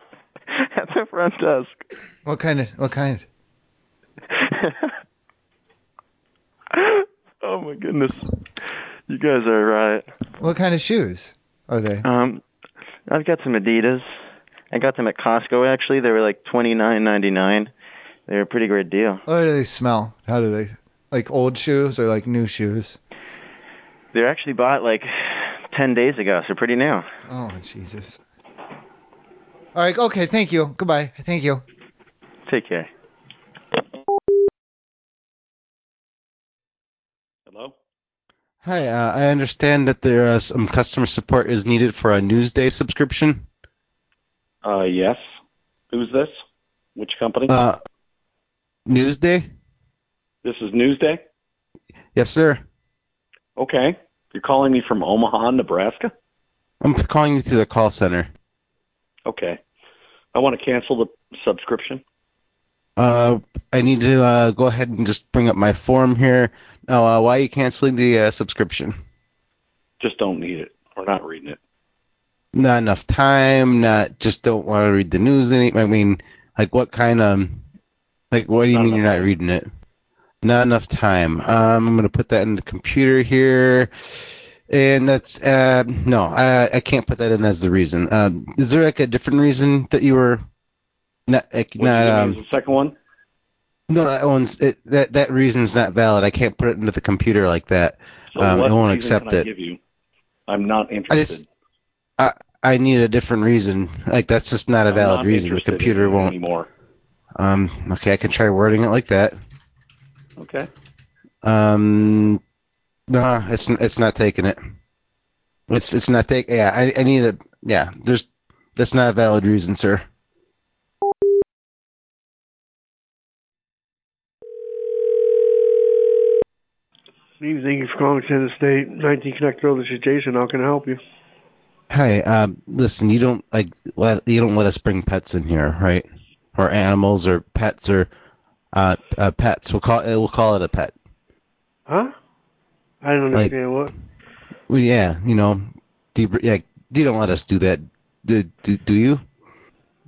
S9: at the front desk.
S2: What kind of?
S9: <laughs>
S2: What kind?
S9: oh my goodness, you guys are right.
S2: What kind of shoes are they?
S9: Um, I've got some Adidas. I got them at Costco actually. They were like twenty nine ninety nine. They were a pretty great deal.
S2: What do they smell? How do they? Like old shoes or like new shoes?
S9: They were actually bought like <sighs> ten days ago, so pretty new.
S2: Oh Jesus. All right. Okay. Thank you. Goodbye. Thank you.
S9: Take care.
S11: Hello?
S4: Hi. Uh, I understand that there uh, some customer support is needed for a Newsday subscription.
S11: Uh, yes. Who's this? Which company?
S4: Uh, Newsday.
S11: this is Newsday.
S4: Yes, sir.
S11: Okay. You're calling me from Omaha, Nebraska?
S4: I'm calling you through the call center.
S11: Okay. I want to cancel the subscription.
S4: Uh, I need to uh, go ahead and just bring up my form here. Now, uh, why are you canceling the uh, subscription?
S11: Just don't need it. We're not reading it.
S4: Not enough time. Not just don't want to read the news. Any? I mean, like what kind of? Like what do you mean you're not reading it? Not enough time. Um, I'm gonna put that in the computer here. And that's uh, no, I, I can't put that in as the reason. Um, is there like a different reason that you were not like,
S11: What
S4: not
S11: do you mean
S4: um,
S11: is the second one?
S4: no that one's it, that that reason's not valid. I can't put it into the computer like that.
S11: So
S4: um,
S11: what
S4: it won't
S11: reason
S4: accept
S11: can I
S4: it.
S11: give you? I'm not interested.
S4: I just I I need a different reason. Like that's just not a valid
S11: not
S4: reason. The
S11: interested in
S4: computer
S11: you
S4: won't
S11: anymore.
S4: Um okay, I can try wording it like that.
S11: Okay.
S4: Um no, it's it's not taking it. It's it's not take yeah, I I need a yeah, there's that's not a valid reason, sir.
S12: Steve, thank you for calling Kansas State 19 Connect Road. This is Jason. How can I help you?
S4: Hey, um, listen, you don't like let you don't let us bring pets in here, right? Or animals, or pets, or uh, uh pets. We'll call it, we'll call it a pet.
S12: Huh? I don't
S4: Like-
S12: understand what.
S4: Well, yeah, you know, do you, br- yeah, you don't let us do that, do do, do you?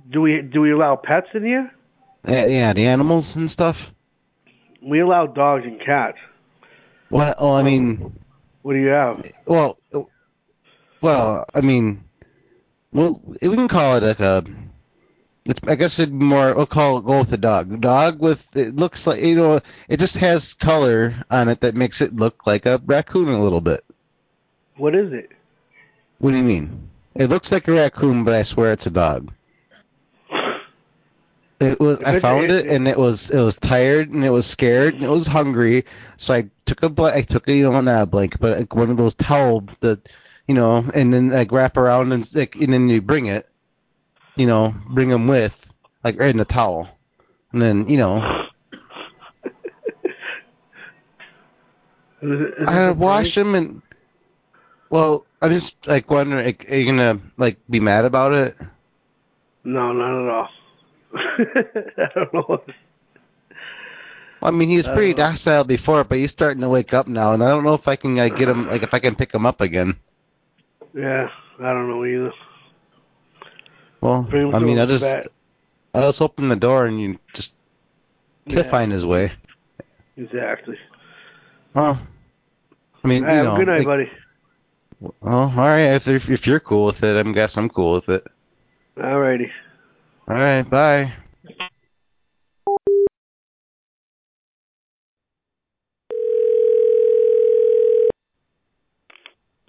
S12: Do we do we allow pets in here?
S4: Yeah, Uh, yeah, the animals and stuff.
S12: We allow dogs and cats.
S4: Well, oh, I mean,
S12: What do you have?
S4: well, uh, well, I mean, well, we can call it like a. It's, I guess it'd be more. We'll call it go with a dog. Dog with it looks like you know it just has color on it that makes it look like a raccoon a little bit.
S12: What is it?
S4: What do you mean? It looks like a raccoon, but I swear it's a dog. It was. I found it, and it was. It was tired, and it was scared, and it was hungry. So I took a bl- I took a, you know not a blanket, but like one of those towel that, you know, and then like wrap around and like, and then you bring it, you know, bring them with like in a towel, and then you know
S12: Is it- is
S4: I
S12: it
S4: had
S12: a
S4: to wash them and. Well, I'm just like wondering, like, are you gonna like be mad about it?
S12: No, not at all. <laughs> I don't know. what-
S4: I mean, he was pretty
S12: Uh,
S4: docile before, but he's starting to wake up now, and I don't know if I can like, get him, like, if I can pick him up again.
S12: Yeah, I don't know either.
S4: Well,
S12: Bring him
S4: I
S12: to
S4: mean, I
S12: the
S4: just,
S12: vet.
S4: I just open the door, and you just, he'll
S12: Yeah.
S4: find his way.
S12: Exactly.
S4: Well, I mean,
S12: Have
S4: you
S12: a
S4: know,
S12: good night,
S4: like,
S12: buddy.
S4: well, all right, if if if you're cool with it, I guess I'm cool with it.
S12: Alrighty.
S4: All right, bye.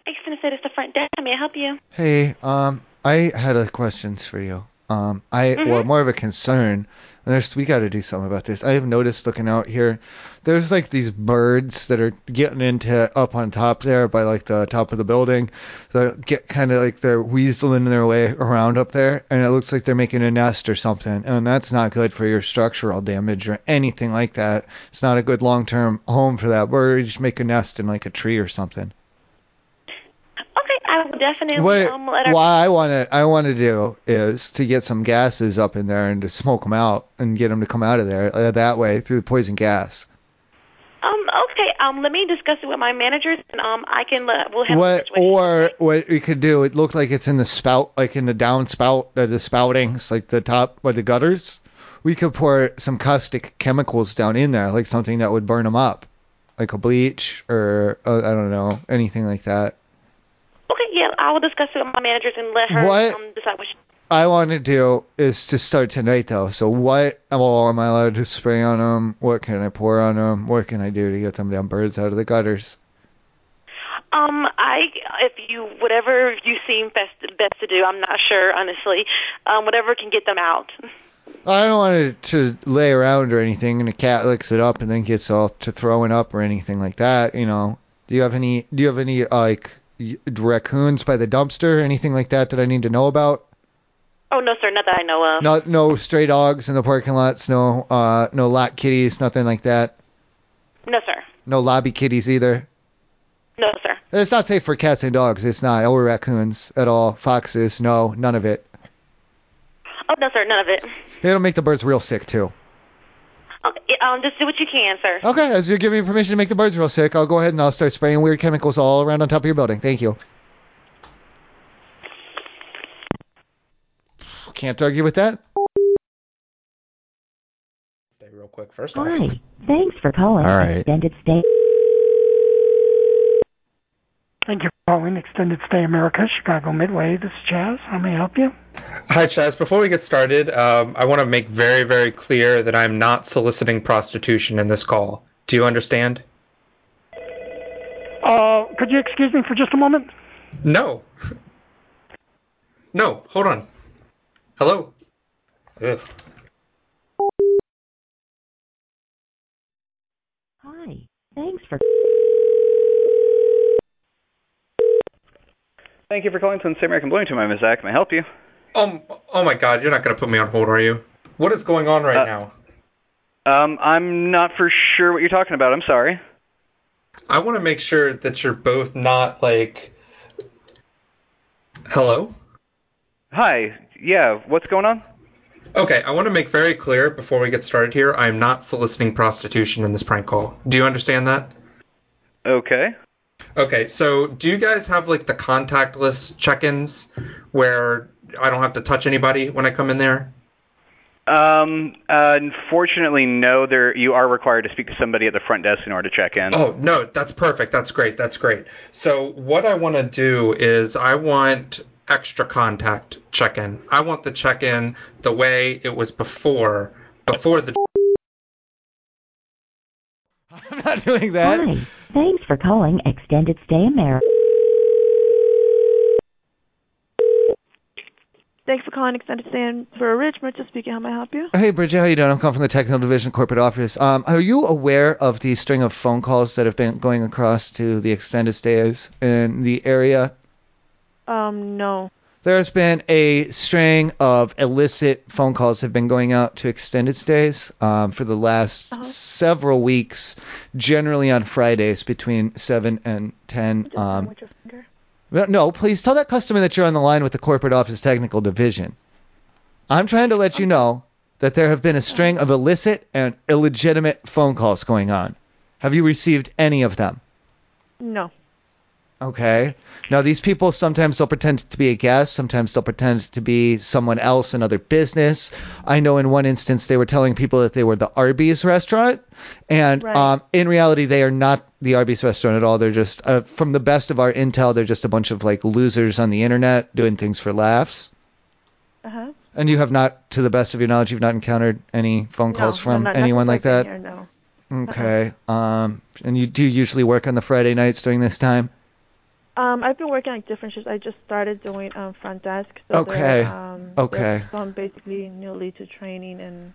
S13: Exton said it's the front desk. May I help you?
S2: Hey, um, I had a questions for you. Um, I well, more of a concern. There's, we got to do something about this. I have noticed looking out here, there's like these birds that are getting into up on top there by like the top of the building. That get kind of like they're weaseling their way around up there, and it looks like they're making a nest or something. And that's not good for your structural damage or anything like that. It's not a good long-term home for that bird. You should make a nest in like a tree or something.
S13: Okay, I will definitely
S2: What,
S13: um, let our.
S2: what I want to I want to do is to get some gases up in there and to smoke them out and get them to come out of there uh, that way through the poison gas.
S13: Um, okay, um, let me discuss it with my managers, and um, I can let we'll have.
S2: What or what we could do? It looked like it's in the spout, like in the downspout, uh, the spoutings, like the top by the gutters. We could pour some caustic chemicals down in there, like something that would burn them up, like a bleach or uh, I don't know, anything like that.
S13: Okay, yeah, I will discuss it with my managers and let her
S2: What?
S13: um decide what she.
S2: I want to do is to start tonight though. So what all am I allowed to spray on them? What can I pour on them? What can I do to get them damn birds out of the gutters?
S13: Um, I if you whatever you seem best best to do, I'm not sure honestly. Um, whatever can get them out.
S2: I don't want it to lay around or anything, and a cat licks it up and then gets all to throwing up or anything like that. You know? Do you have any? Do you have any uh, like y- raccoons by the dumpster or anything like that that I need to know about?
S13: Oh no, sir, not that I know of.
S2: Not no stray dogs in the parking lots. No uh no lot kitties. Nothing like that.
S13: No, sir.
S2: No lobby kitties either.
S13: No, sir.
S2: It's not safe for cats and dogs. It's not. Or raccoons at all. Foxes, no, none of it.
S13: Oh no, sir, none of it.
S2: It'll make the birds real sick too.
S13: Okay, um, just do what you can, sir.
S2: Okay, as you're giving me permission to make the birds real sick, I'll go ahead and I'll start spraying weird chemicals all around on top of your building. Thank you. Can't argue with that.
S14: Stay real quick first off.
S15: Hi. Thanks for calling.
S14: All right.
S15: Extended stay. Thank you for calling Extended Stay America, Chicago Midway. This is Chaz. How may I help you?
S14: Hi, Chaz. Before we get started, um, I want to make very, very clear that I'm not soliciting prostitution in this call. Do you understand?
S15: Uh, could you excuse me for just a moment?
S14: No. No, hold on. Hello? Ugh.
S16: Hi. Thanks for.
S17: Thank you for calling Sun State American Bloomington. My name is Zach. May I help you?
S14: Um, oh my god, you're not going to put me on hold, are you? What is going on right
S17: Uh,
S14: now?
S17: Um, I'm not for sure what you're talking about. I'm sorry.
S14: I want to make sure that you're both not like. Hello?
S17: Hi. Yeah, what's going on?
S14: Okay, I want to make very clear before we get started here I am not soliciting prostitution in this prank call. Do you understand that?
S17: Okay.
S14: Okay, so do you guys have like the contactless check ins where I don't have to touch anybody when I come in there?
S17: Um, unfortunately, no. There, you are required to speak to somebody at the front desk in order to check in.
S14: Oh, no, that's perfect. That's great. That's great. So, what I want to do is I want extra contact check in. I want the check in the way it was before, before the.
S2: <laughs> I'm not doing that.
S16: Hi. Thanks for calling Extended Stay America.
S18: Thanks for calling Extended Stand for Richmond. Just speaking, how may I help you?
S2: Hey, Bridget, how you doing? I'm calling from the technical division corporate office. Um, are you aware of the string of phone calls that have been going across to the extended stays in the area?
S18: Um, no.
S2: There's been a string of illicit phone calls have been going out to extended stays um, for the last several weeks, generally on Fridays between seven and ten. Um, no, no, please tell that customer that you're on the line with the corporate office technical division. I'm trying to let you know that there have been a string of illicit and illegitimate phone calls going on. Have you received any of them?
S18: No.
S2: Okay. Now these people sometimes they'll pretend to be a guest, sometimes they'll pretend to be someone else, another business. I know in one instance they were telling people that they were the Arby's restaurant, and
S19: Right.
S2: um, in reality they are not the Arby's restaurant at all. They're just, uh, from the best of our intel, they're just a bunch of like losers on the internet doing things for laughs.
S18: Uh huh.
S2: And you have not, to the best of your knowledge, you've not encountered any phone calls from Um, anyone like that.
S18: no.
S2: Okay. Um, and you do usually work on the Friday nights during this time.
S18: Um, I've been working like different shifts. I just started doing um front desk. So
S2: Okay.
S18: they're, Um,
S2: Okay.
S18: So I'm basically newly to training and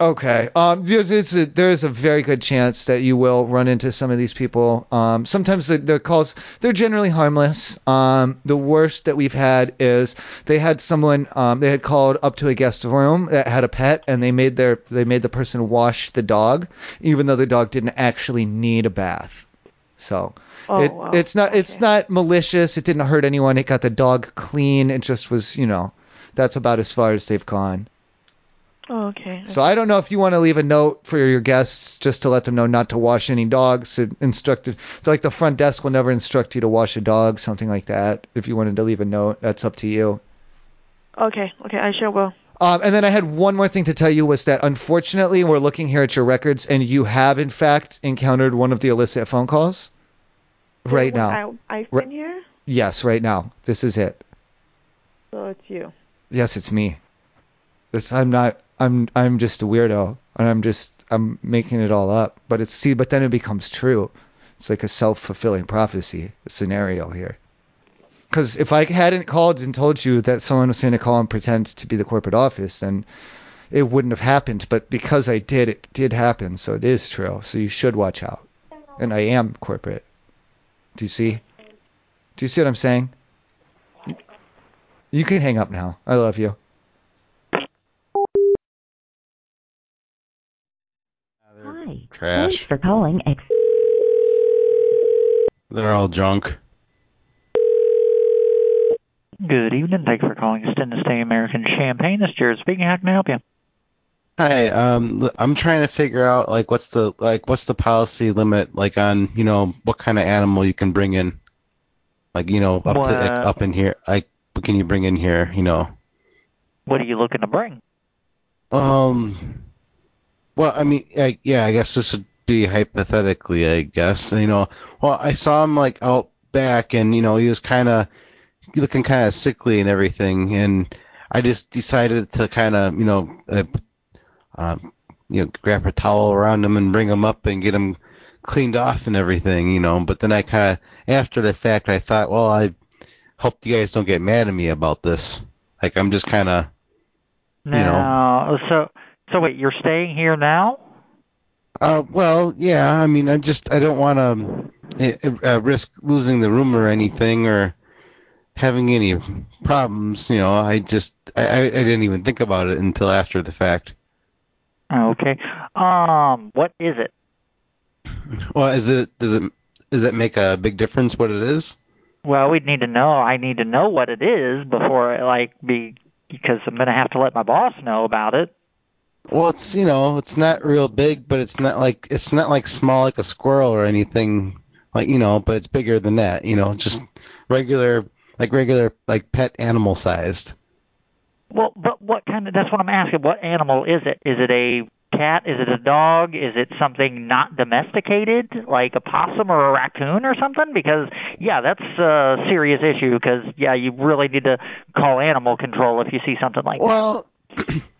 S2: Okay. Um, there's, it's a, there's a very good chance that you will run into some of these people. Um, sometimes the, the calls, they're generally harmless. Um, the worst that we've had is they had someone, um, they had called up to a guest room that had a pet, and they made their they made the person wash the dog, even though the dog didn't actually need a bath. So.
S19: Oh,
S2: it,
S19: wow.
S2: It's not it's not malicious. It didn't hurt anyone. It got the dog clean. It just was, you know, that's about as far as they've gone.
S18: oh, okay.
S2: So I don't know if you want to leave a note for your guests just to let them know not to wash any dogs. to Instruct like the front desk will never instruct you to wash a dog, something like that. If you wanted to leave a note, that's up to you.
S18: Okay. Okay. I sure will.
S2: Um, and then I had one more thing to tell you was that unfortunately we're looking here at your records and you have in fact encountered one of the illicit phone calls right now.
S18: I I've
S2: Ri-
S18: been here,
S2: Yes, right now. This is it.
S18: so it's you.
S2: Yes, it's me. This I'm not. I'm I'm just a weirdo, and I'm just I'm making it all up. But it's see, but then it becomes true. It's like a self-fulfilling prophecy scenario here. Because if I hadn't called and told you that someone was going to call and pretend to be the corporate office, then it wouldn't have happened. But because I did, it did happen. So it is true. So you should watch out. And I am corporate. Do you see? Do you see what I'm saying? You can hang up now. I love you.
S16: Hi.
S4: Trash.
S16: Thanks for calling Ex.
S4: They're all drunk.
S20: Good evening. Thank you for calling Extended Stay American Champagne. This is Jared speaking. How can I help you?
S4: Hi, um, l- I'm trying to figure out like what's the like what's the policy limit like on you know what kind of animal you can bring in, like you know up to,
S20: What?
S4: like, up in here like what can you bring in here you know
S20: What are you looking to bring?
S4: um well I mean I, yeah I guess this would be hypothetically I guess you know well I saw him like out back, and you know he was kind of looking kind of sickly and everything, and I just decided to kind of you know uh, uh, you know wrap a towel around him and bring him up and get him cleaned off and everything, you know. But then I kind of after the fact I thought, well, I hope you guys don't get mad at me about this. Like I'm just kind of you know
S20: Now, so so wait, you're staying here now?
S4: Uh, well, yeah. I mean, I just I don't want to uh, risk losing the room or anything or having any problems. You know, I just I, I I didn't even think about it until after the fact.
S20: Okay. Um, what is it?
S4: Well, is it does it does it make a big difference what it is?
S20: Well, we'd need to know. I need to know what it is before I like be because I'm gonna have to let my boss know about it.
S4: Well, it's you know it's not real big, but it's not like it's not like small like a squirrel or anything like you know, but it's bigger than that. You know, just regular like regular like pet animal sized.
S20: Well, but what kind of? That's what I'm asking. What animal is it? Is it a cat? Is it a dog? Is it something not domesticated, like a possum or a raccoon or something? Because yeah, that's a serious issue. Because yeah, you really need to call animal control if you see something like
S4: Well, <clears throat>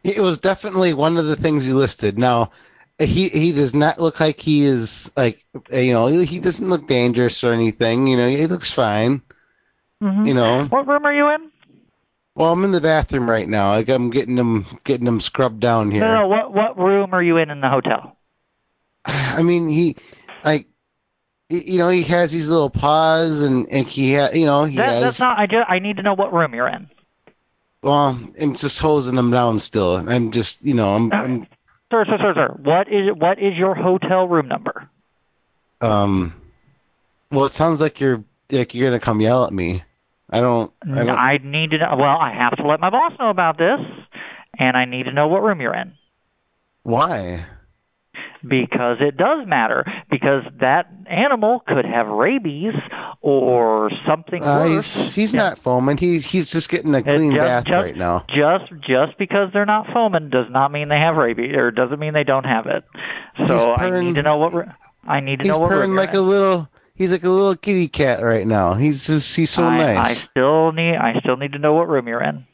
S4: It was definitely one of the things you listed. Now, he he does not look like he is like uh, you know he doesn't look dangerous or anything. You know, he looks fine.
S20: that. Mhm.
S4: You know.
S20: What room are you in?
S4: Well, I'm in the bathroom right now. Like I'm getting him getting him scrubbed down here.
S20: No, no. What what room are you in in the hotel?
S4: <sighs> I mean, he like y- you know he has these little paws and and he ha- you know he
S20: That,
S4: has.
S20: That's not. I just. I need to know what room you're in.
S4: well, I'm just hosing him down still. I'm just you know I'm, I'm
S20: Sir, sir, sir, sir. What is what is your hotel room number?
S4: Um, well, it sounds like you're like you're gonna come yell at me. I don't. I don't.
S20: I need to know. Well, I have to let my boss know about this, and I need to know what room you're in
S4: why?
S20: because it does matter. Because that animal could have rabies or something
S4: Uh,
S20: worse.
S4: he's he's not foaming. He he's just getting a clean
S20: just-
S4: bath
S20: just-
S4: right now.
S20: Just just because they're not foaming does not mean they have rabies, or doesn't mean they don't have it.
S4: He's
S20: So I
S4: purring-
S20: need to know what ro- I need to
S4: He's
S20: know what room
S4: purring
S20: you're
S4: like
S20: in.
S4: a little. He's like a little kitty cat right now. He's just he's so
S20: I- I
S4: nice.
S20: still need I still need to know what room you're in.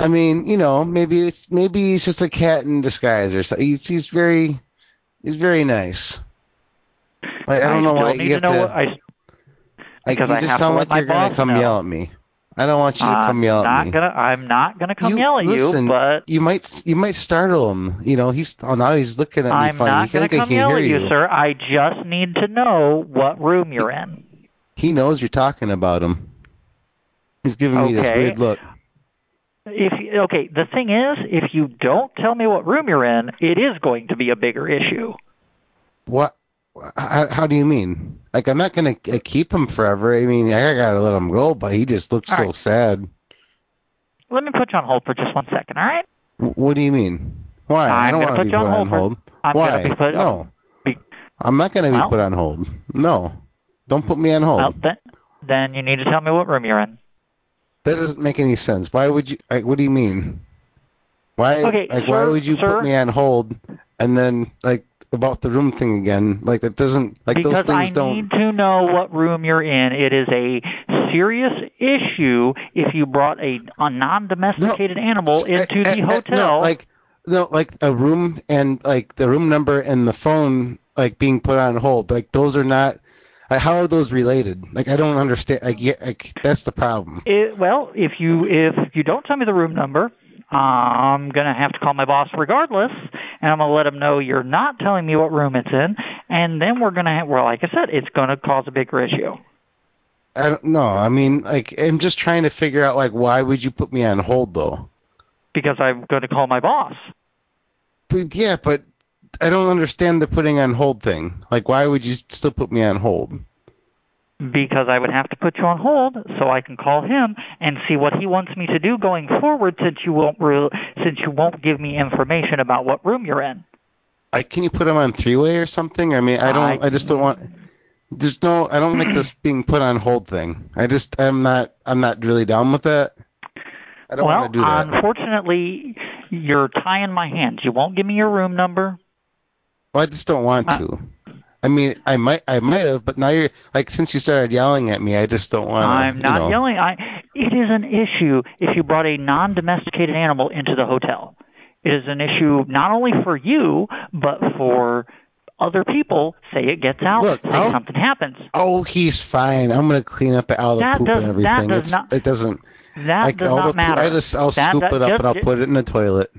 S4: I, mean, you know, maybe it's maybe he's just a cat in disguise or something. He's he's very he's very nice. Like, I don't know
S20: still
S4: why
S20: need
S4: you have
S20: to know
S4: to.
S20: what I
S4: like,
S20: because
S4: you
S20: I
S4: just
S20: have to
S4: sound
S20: let
S4: like
S20: my
S4: you're gonna
S20: boss
S4: come
S20: know.
S4: yell at me. I don't want you to
S20: Uh,
S4: come yell at
S20: not
S4: me.
S20: Gonna, I'm not gonna come
S4: You-
S20: yell at
S4: listen,
S20: you, but
S4: you might you might startle him. You know, he's oh now he's looking at me
S20: I'm
S4: funny.
S20: not
S4: He- I
S20: gonna
S4: think
S20: come
S4: he can
S20: yell
S4: hear
S20: at you, sir. I just need to know what room you're in.
S4: He knows you're talking about him. He's giving me this
S20: Okay.
S4: weird look.
S20: If you- okay, the thing is, if you don't tell me what room you're in, it is going to be a bigger issue.
S4: What? How, how do you mean? Like I'm not gonna uh, keep him forever. I mean, I gotta let him go, but he just looks so sad.
S20: Let me put you on hold for just one second, all right?
S4: W- what do you mean? Why? I
S20: I'm
S4: don't
S20: gonna
S4: want
S20: put
S4: to be
S20: you on
S4: put
S20: hold
S4: on
S20: for-
S4: hold.
S20: I'm
S4: Why?
S20: gonna be put
S4: no.
S20: on- be-
S4: I'm not gonna be
S20: Well-
S4: put on hold. No. Don't put me on hold.
S20: Well, then, then you need to tell me what room you're in.
S4: That doesn't make any sense. Why would you? Like, what do you mean? Why?
S20: Okay,
S4: like,
S20: sir-
S4: why would you
S20: sir-
S4: put me on hold and then like about the room thing again? Like that doesn't like
S20: because
S4: those things
S20: I
S4: don't.
S20: need to know what room you're in. It is a serious issue if you brought a, a non-domesticated animal into the
S4: Eh, eh,
S20: hotel.
S4: No, like no, like a room and like the room number and the phone like being put on hold. Like those are not. Like, how are those related? Like I don't understand. Like, yeah, like that's the problem.
S20: It, well, if you if you don't tell me the room number, I'm gonna have to call my boss regardless, and I'm gonna let him know you're not telling me what room it's in, and then we're gonna have, well, like I said, it's gonna cause a bigger issue.
S4: I don't know. I mean, like I'm just trying to figure out like why would you put me on hold though?
S20: Because I'm going to call my boss.
S4: But yeah, but I don't understand the putting on hold thing. Like, why would you still put me on hold?
S20: Because I would have to put you on hold so I can call him and see what he wants me to do going forward, since you won't re- since you won't give me information about what room you're in.
S4: Like, can you put him on three-way or something? I mean, I don't. I, just don't want. There's no. I don't
S20: <clears throat>
S4: like this being put on hold thing. I just. I'm not. I'm not really down with that. I don't
S20: well,
S4: want to do that.
S20: unfortunately, you're tying my hands. You won't give me your room number.
S4: Well, I just don't want to. I I mean, I might, I might have, but now you're like, since you started yelling at me, I just don't want.
S20: I'm not
S4: you know.
S20: yelling. I, it is an issue if you brought a non-domesticated animal into the hotel. It is an issue not only for you but for other people. Say it gets out.
S4: Look,
S20: say
S4: I'll-
S20: something happens.
S4: Oh, he's fine. I'm gonna clean up all the
S20: That
S4: poop
S20: does-
S4: and
S20: that
S4: everything.
S20: does
S4: it's,
S20: not-
S4: it doesn't.
S20: That
S4: like,
S20: does
S4: all
S20: not
S4: the, poop-
S20: matter.
S4: I just, I'll
S20: That-
S4: scoop
S20: that-
S4: it up and I'll
S20: just-
S4: put it in the toilet.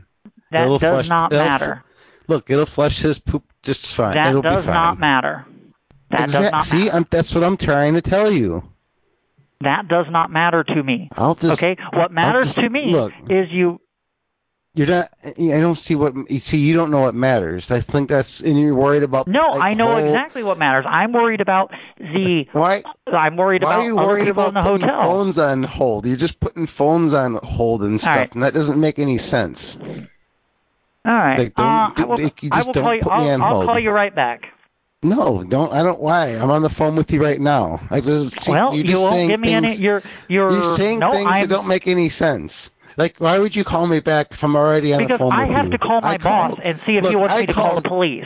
S20: That
S4: it'll
S20: does
S4: flush,
S20: not
S4: it'll fl-
S20: matter.
S4: look, it'll flush his poop just fine.
S20: That
S4: it'll
S20: does
S4: be fine.
S20: not matter. That does
S4: Exact-
S20: not
S4: See, I'm, that's what I'm trying to tell you.
S20: That does not matter to me.
S4: I'll just
S20: okay, what matters
S4: just-
S20: to me
S4: look.
S20: is you.
S4: You're not. I don't see what you see. You don't know what matters. I think that's and you're worried about.
S20: No,
S4: like,
S20: I know
S4: whole-
S20: exactly what matters. I'm worried about the.
S4: Why?
S20: I'm worried
S4: Why
S20: about
S4: are you
S20: other
S4: worried
S20: people
S4: about
S20: in the
S4: putting
S20: hotel.
S4: phones on hold? You're just putting phones on hold and stuff,
S20: right.
S4: and that doesn't make any sense.
S20: All right.
S4: Like, don't,
S20: Uh,
S4: do-
S20: I will,
S4: like, you
S20: I
S4: just
S20: will
S4: don't
S20: call you.
S4: put
S20: I'll,
S4: me on
S20: I'll
S4: hold.
S20: call you right back.
S4: No, don't. I don't. Why? I'm on the phone with you right now. I just, see,
S20: well,
S4: you're
S20: you
S4: just
S20: won't
S4: saying
S20: give me
S4: things,
S20: any. You're you're,
S4: you're saying
S20: no,
S4: things
S20: I'm,
S4: that don't make any sense. Like, why would you call me back if I'm already on the
S20: because
S4: phone
S20: I
S4: with
S20: have
S4: you?
S20: to call my
S4: I called-
S20: boss and see if he
S4: look,
S20: wants
S4: I
S20: me to call the
S4: called-
S20: police.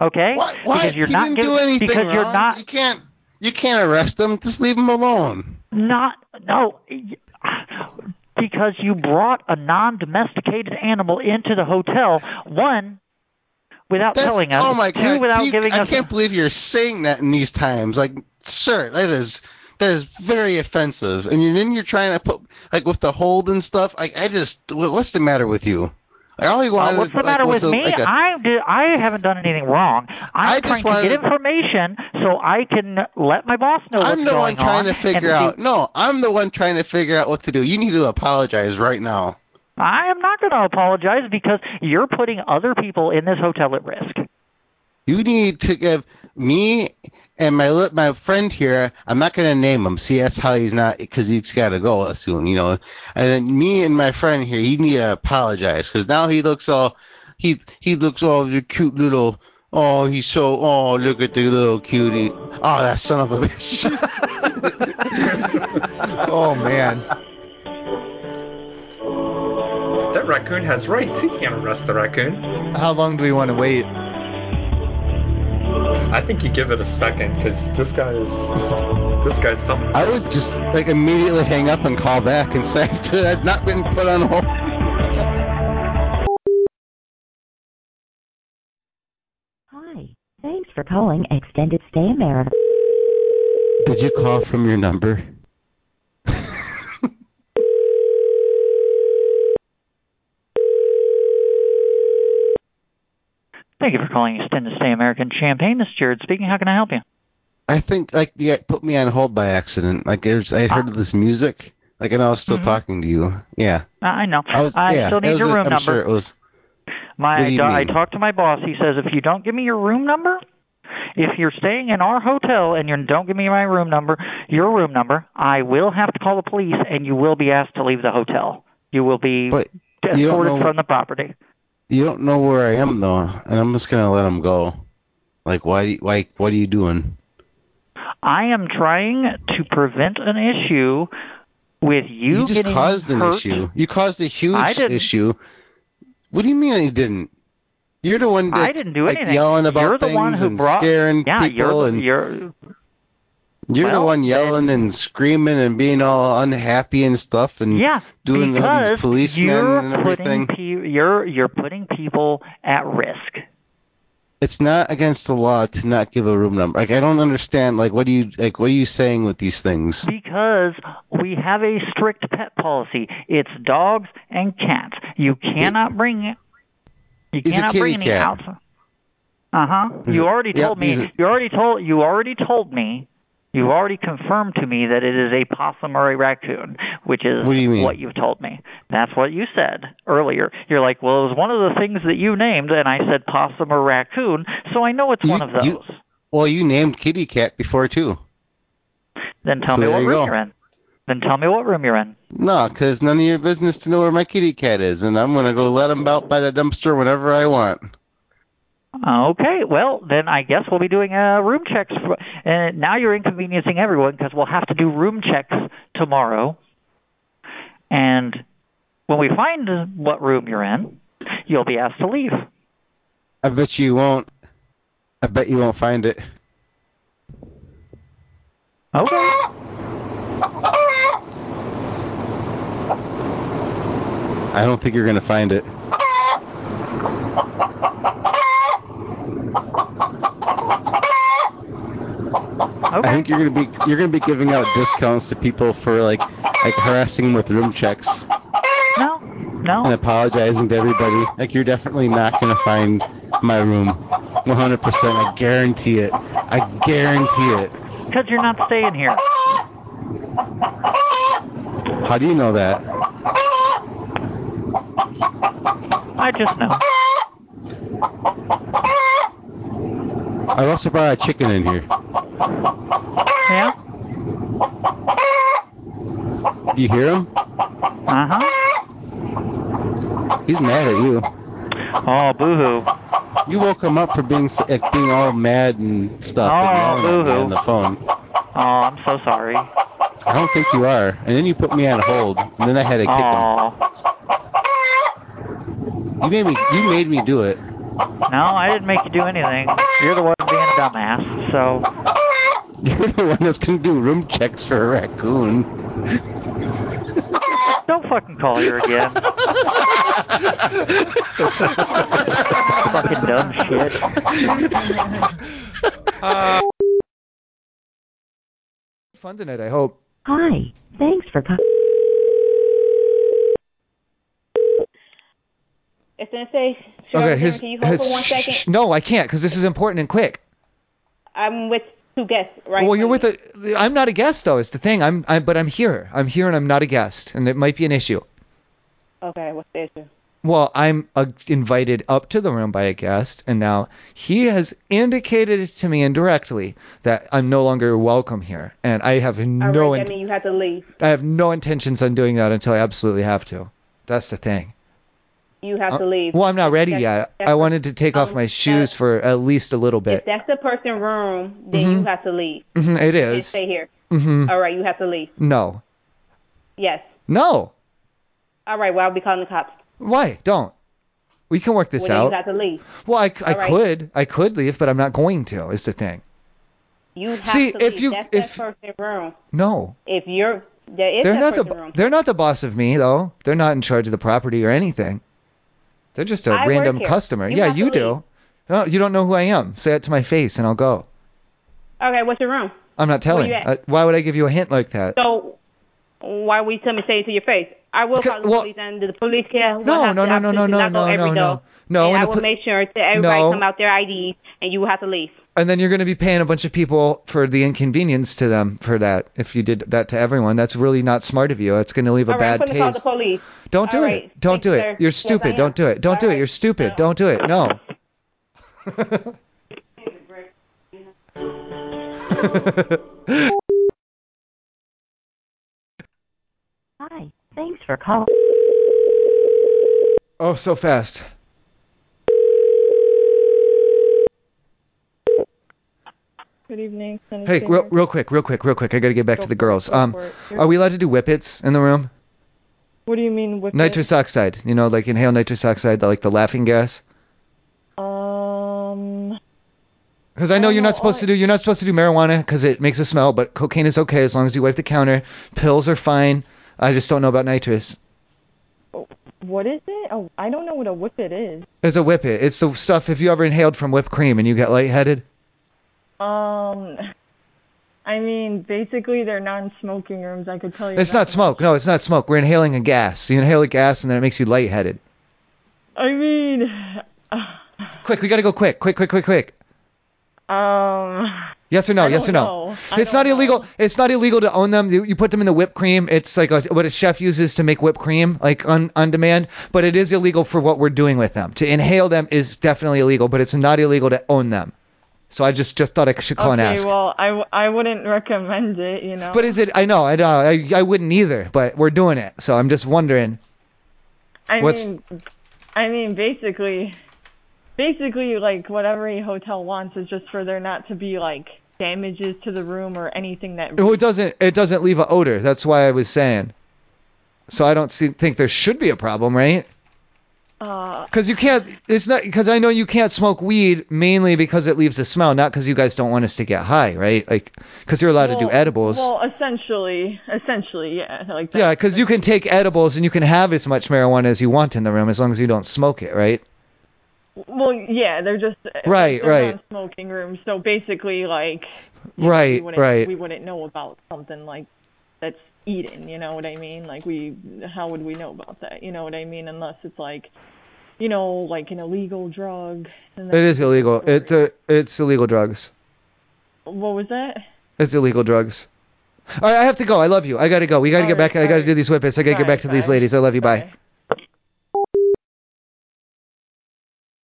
S20: Okay?
S4: Why? why?
S20: Because you're
S4: he
S20: not
S4: didn't
S20: giving,
S4: do anything
S20: because you're
S4: wrong.
S20: not
S4: You can't. You can't arrest him. Just leave him alone.
S20: not no <sighs> because you brought a non-domesticated animal into the hotel one without
S4: That's-
S20: telling us
S4: Oh my
S20: two
S4: god!
S20: without
S4: you-
S20: giving
S4: I
S20: us
S4: can't believe you're saying that in these times. Like, sir, that is that is very offensive. And you- then you're trying to put like with the hold and stuff. Like, I just wha- what's the matter with you? I only
S20: Uh,
S4: wanted.
S20: what's the
S4: like,
S20: matter
S4: was
S20: with
S4: a-
S20: me?
S4: like a-
S20: I do, I haven't done anything wrong. I'm
S4: just
S20: trying to get
S4: wanted-
S20: information so I can let my boss know
S4: I'm
S20: what's
S4: the
S20: going
S4: one trying
S20: on.
S4: to figure
S20: and see-
S4: out. No, I'm the one trying to figure out what to do. You need to apologize right now.
S20: I am not going to apologize because you're putting other people in this hotel at risk.
S4: You need to give me and my li- my friend here. I'm not gonna name him. See, that's how he's not because he's gotta go soon, you know. And then me and my friend here, you need to apologize because now he looks all he he looks all the cute little. Oh, he's so. Oh, look at the little cutie. Oh, that son of a bitch. <laughs> oh man.
S14: That raccoon has rights. He can't arrest the raccoon.
S2: How long do we want to wait?
S14: I think you give it a second because this guy is this guy's something.
S4: I would just like immediately hang up and call back and say <laughs> I've not been put on hold.
S16: Hi. Thanks for calling Extended Stay America.
S4: Did you call from your number?
S20: Thank you for calling Extended Stay American Champagne. This is Jared speaking. How can I help you?
S4: I think like yeah, it put me on hold by accident. Like there's, I heard
S20: Ah.
S4: of this music, like and I was still talking to you. Yeah,
S20: I Mm-hmm. I know.
S4: I was. yeah,
S20: still
S4: it
S20: need
S4: was
S20: your
S4: a-
S20: room
S4: I'm
S20: number.
S4: sure it was. What
S20: My
S4: do you
S20: I
S4: mean?
S20: talked to my boss. He says if you don't give me your room number, if you're staying in our hotel and you don't give me my room number, your room number, I will have to call the police and you will be asked to leave the hotel. You will be
S4: you don't
S20: escorted
S4: know-
S20: from the property.
S4: You don't know where I am though, and I'm just gonna let him go. Like why? do you- Like what are you doing?
S20: I am trying to prevent an issue with you,
S4: You just
S20: getting
S4: caused an
S20: hurt.
S4: issue. You caused a
S20: I
S4: huge
S20: didn't.
S4: issue. What do you mean I didn't? You're the one.
S20: I
S4: That,
S20: didn't do
S4: like,
S20: anything.
S4: Yelling about
S20: You're the one
S4: things
S20: who
S4: and
S20: brought-
S4: scaring
S20: yeah, you're
S4: people
S20: the-
S4: and
S20: you're
S4: You're
S20: Well,
S4: the one yelling and screaming and being all unhappy and stuff and
S20: Yeah,
S4: doing all these
S20: because
S4: policemen
S20: you're
S4: and
S20: putting
S4: everything.
S20: pe- you're you're putting people at risk.
S4: It's not against the law to not give a room number. Like I don't understand. Like what do you like? What are you saying with these things?
S20: Because we have a strict pet policy. It's dogs and cats. You cannot bring you
S4: He's a
S20: cannot
S4: kitty
S20: bring any
S4: cat.
S20: outside. Uh huh.
S4: He's
S20: You
S4: a-
S20: already
S4: yep,
S20: told me.
S4: he's a-
S20: you already told. You already told me. You already confirmed to me that it is a possum or a raccoon, which is
S4: What do you mean?
S20: what you've told me. That's what you said earlier. You're like, well, it was one of the things that you named, and I said possum or raccoon, so I know it's one of those.
S4: You, well, you named kitty cat before too.
S20: then tell
S4: so
S20: me
S4: there
S20: what
S4: you
S20: room
S4: go.
S20: you're in. Then tell me what room you're in.
S4: No, 'cause none of your business to know where my kitty cat is, and I'm gonna go let him out by the dumpster whenever I want.
S20: Okay, well then I guess we'll be doing uh, room checks. For, and now you're inconveniencing everyone because we'll have to do room checks tomorrow. And when we find what room you're in, you'll be asked to leave.
S4: I bet you won't. I bet you won't find it.
S20: Okay.
S4: I don't think you're gonna find it. I think you're gonna be you're gonna be giving out discounts to people for like like harassing them with room checks
S20: No, no.
S4: and apologizing to everybody. Like you're definitely not gonna find my room. 100%. I guarantee it. I guarantee it.
S20: Because you're not staying here.
S4: How do you know that?
S20: I just know.
S4: I also brought a chicken in here.
S20: Yeah?
S4: Do you hear him?
S20: Uh huh.
S4: He's mad at you.
S20: Oh, boo-hoo.
S4: You woke him up for being s- like, being all mad and stuff and
S20: Oh,
S4: yelling at me
S20: boo-hoo.
S4: on the phone.
S20: Oh, I'm so sorry.
S4: I don't think you are. And then you put me on hold, and then I had to kick
S20: him.
S4: You made me you made me do it. <laughs>
S20: No, I didn't make you do anything. You're the one being a dumbass, so.
S4: You're the one that's gonna do room checks for a raccoon. <laughs>
S20: Don't fucking call her again. <laughs> fucking dumb shit.
S2: <laughs> Fun tonight, I hope.
S16: Hi. Thanks for calling.
S19: It's gonna say.
S2: Okay,
S19: Sheriff,
S2: here's.
S19: Can you hold for one
S2: shh,
S19: second?
S2: shh, no, I can't because this is important and quick.
S19: I'm with two guests, right?
S2: Well, you're with a. I'm not a guest though. It's the thing. I'm. I'm. But I'm here. I'm here and I'm not a guest, and it might be an issue.
S19: okay, what's the issue?
S2: Well, I'm uh, invited up to the room by a guest, and now he has indicated to me indirectly that I'm no longer welcome here, and I have
S19: All
S2: no.
S19: right,
S2: in-
S19: that means you have to leave.
S2: I have no intentions on doing that until I absolutely have to. That's the thing.
S19: You have
S2: Uh,
S19: to leave.
S2: Well, I'm not ready
S19: That's-
S2: yet.
S19: that's-
S2: I wanted to take
S19: um,
S2: off my shoes for at least a little
S19: If
S2: bit.
S19: that's the person room, then you
S2: Mhm.
S19: have to leave.
S2: Mhm, it
S19: You can't
S2: is.
S19: stay here.
S2: Mhm.
S19: All right, you have to leave.
S2: No.
S19: Yes.
S2: No.
S19: All right. Well, I'll be calling the cops.
S2: Why? Don't. We can work this
S19: well, then you
S2: out.
S19: have to leave.
S2: well, I, c- I
S19: All right.
S2: could. I could leave, but I'm not going to. Is the thing.
S19: You have
S2: See,
S19: to
S2: if
S19: leave.
S2: you-
S19: that's
S2: if-
S19: that person room.
S2: No.
S19: If you're there is
S2: they're
S19: that
S2: not the
S19: person
S2: bo-
S19: room.
S2: they're not the boss of me though. They're not in charge of the property or anything. They're just a
S19: I work
S2: random
S19: here.
S2: customer.
S19: You
S2: yeah,
S19: have to
S2: you do. No, you don't know who I am. Say it to my face and I'll go.
S19: Okay, what's your room?
S2: I'm not
S19: Where
S2: telling.
S19: you at?
S2: Uh, why would I give you a hint like that?
S19: So why would you tell me to say it to your face? I will call the police and the police care. will
S2: No,
S19: have
S2: no,
S19: the
S2: no, no, no,
S19: opportunity to
S2: no,
S19: knock on
S2: no,
S19: every
S2: no,
S19: door.
S2: no. No,
S19: and
S2: and
S19: I
S2: the
S19: will
S2: pol-
S19: make sure that everybody
S2: No.
S19: come out their ID and you will have to leave.
S2: and then you're going to be paying a bunch of people for the inconvenience to them for that. If you did that to everyone, that's really not smart of you. It's going to leave
S19: All
S2: a
S19: right, I'm
S2: bad
S19: going to call the
S2: taste.
S19: police.
S2: Don't do
S19: All
S2: it.
S19: right,
S2: Don't do
S19: you,
S2: it.
S19: sir.
S2: You're
S19: Yes, I
S2: stupid.
S19: am.
S2: Don't do it. Don't do it. You're stupid. Don't do it. No.
S16: Hi. Thanks for calling.
S2: oh, so fast.
S21: Good evening. Sunny
S2: Hey,
S21: State
S2: real,
S21: Market.
S2: real quick, real quick, real quick. I got to get back
S21: Go
S2: to the
S21: for it,
S2: girls.
S21: go
S2: Um,
S21: for it. You're-
S2: are we allowed to do whippets in the room?
S21: What do you mean with
S2: Nitrous oxide. You know, like inhale nitrous oxide, like the laughing gas.
S21: it? Um.
S2: Because Oh, I know you're not supposed to do you're not supposed to do marijuana because it makes a smell, but cocaine is okay as long as you wipe the counter. Pills are fine. I just don't know about nitrous.
S21: What is it? Oh, I don't know what a whippet is.
S2: It's a whippet. It's the stuff if you ever inhaled from whipped cream and you get lightheaded.
S21: Um. <laughs> I mean, basically, they're non-smoking rooms. I could tell you.
S2: It's not smoke. No, it's not smoke. We're inhaling a gas. You inhale a gas and then it makes you lightheaded.
S21: that. I mean, <sighs>
S2: Quick, we gotta go quick, quick, quick, quick, quick.
S21: um.
S2: Yes or no?
S21: I
S2: yes
S21: don't
S2: or no?
S21: know. I
S2: It's not illegal. It's not illegal to own them. You, you put them in the whipped cream. It's like a, what a chef uses to make whipped cream, like on on demand. But it is illegal for what we're doing with them. To inhale them is definitely illegal, but it's not illegal to own them. So I just just thought I should call
S21: okay,
S2: and ask.
S21: well, I, w- I wouldn't recommend it. You know.
S2: But is it? I know. I know. I I wouldn't either. But we're doing it. So I'm just wondering.
S21: I
S2: what's-
S21: mean, I mean, basically, basically, like what every hotel wants is just for there not to be like damages to the room or anything that.
S2: Well, it doesn't. It doesn't leave a odor. That's why I was saying. So I don't see, think there should be a problem, right?
S21: Uh,
S2: Because you can't. It's not because I know you can't smoke weed mainly because it leaves a smell, not because you guys don't want us to get high, right? Like, because you're allowed to do
S21: well-
S2: edibles.
S21: Well, essentially, essentially, yeah, like that.
S2: Yeah, because you can take edibles and you can have as much marijuana as you want in the room as long as you don't smoke it, right?
S21: Well, yeah, they're just
S2: Right,
S21: they're
S2: right.
S21: smoking rooms. So basically, like we
S2: Right,
S21: wouldn't
S2: right.
S21: we wouldn't know about something like that's eaten. You know what I mean? Like we, how would we know about that? You know what I mean? Unless it's like, you know, like an illegal drug. And
S2: It is illegal. It's a, it's illegal drugs.
S21: What was that?
S2: It's illegal drugs. All right, I have to go. I love you. I gotta go. We gotta get back. I gotta do these whippets. I gotta get back to these ladies. I love you. Bye.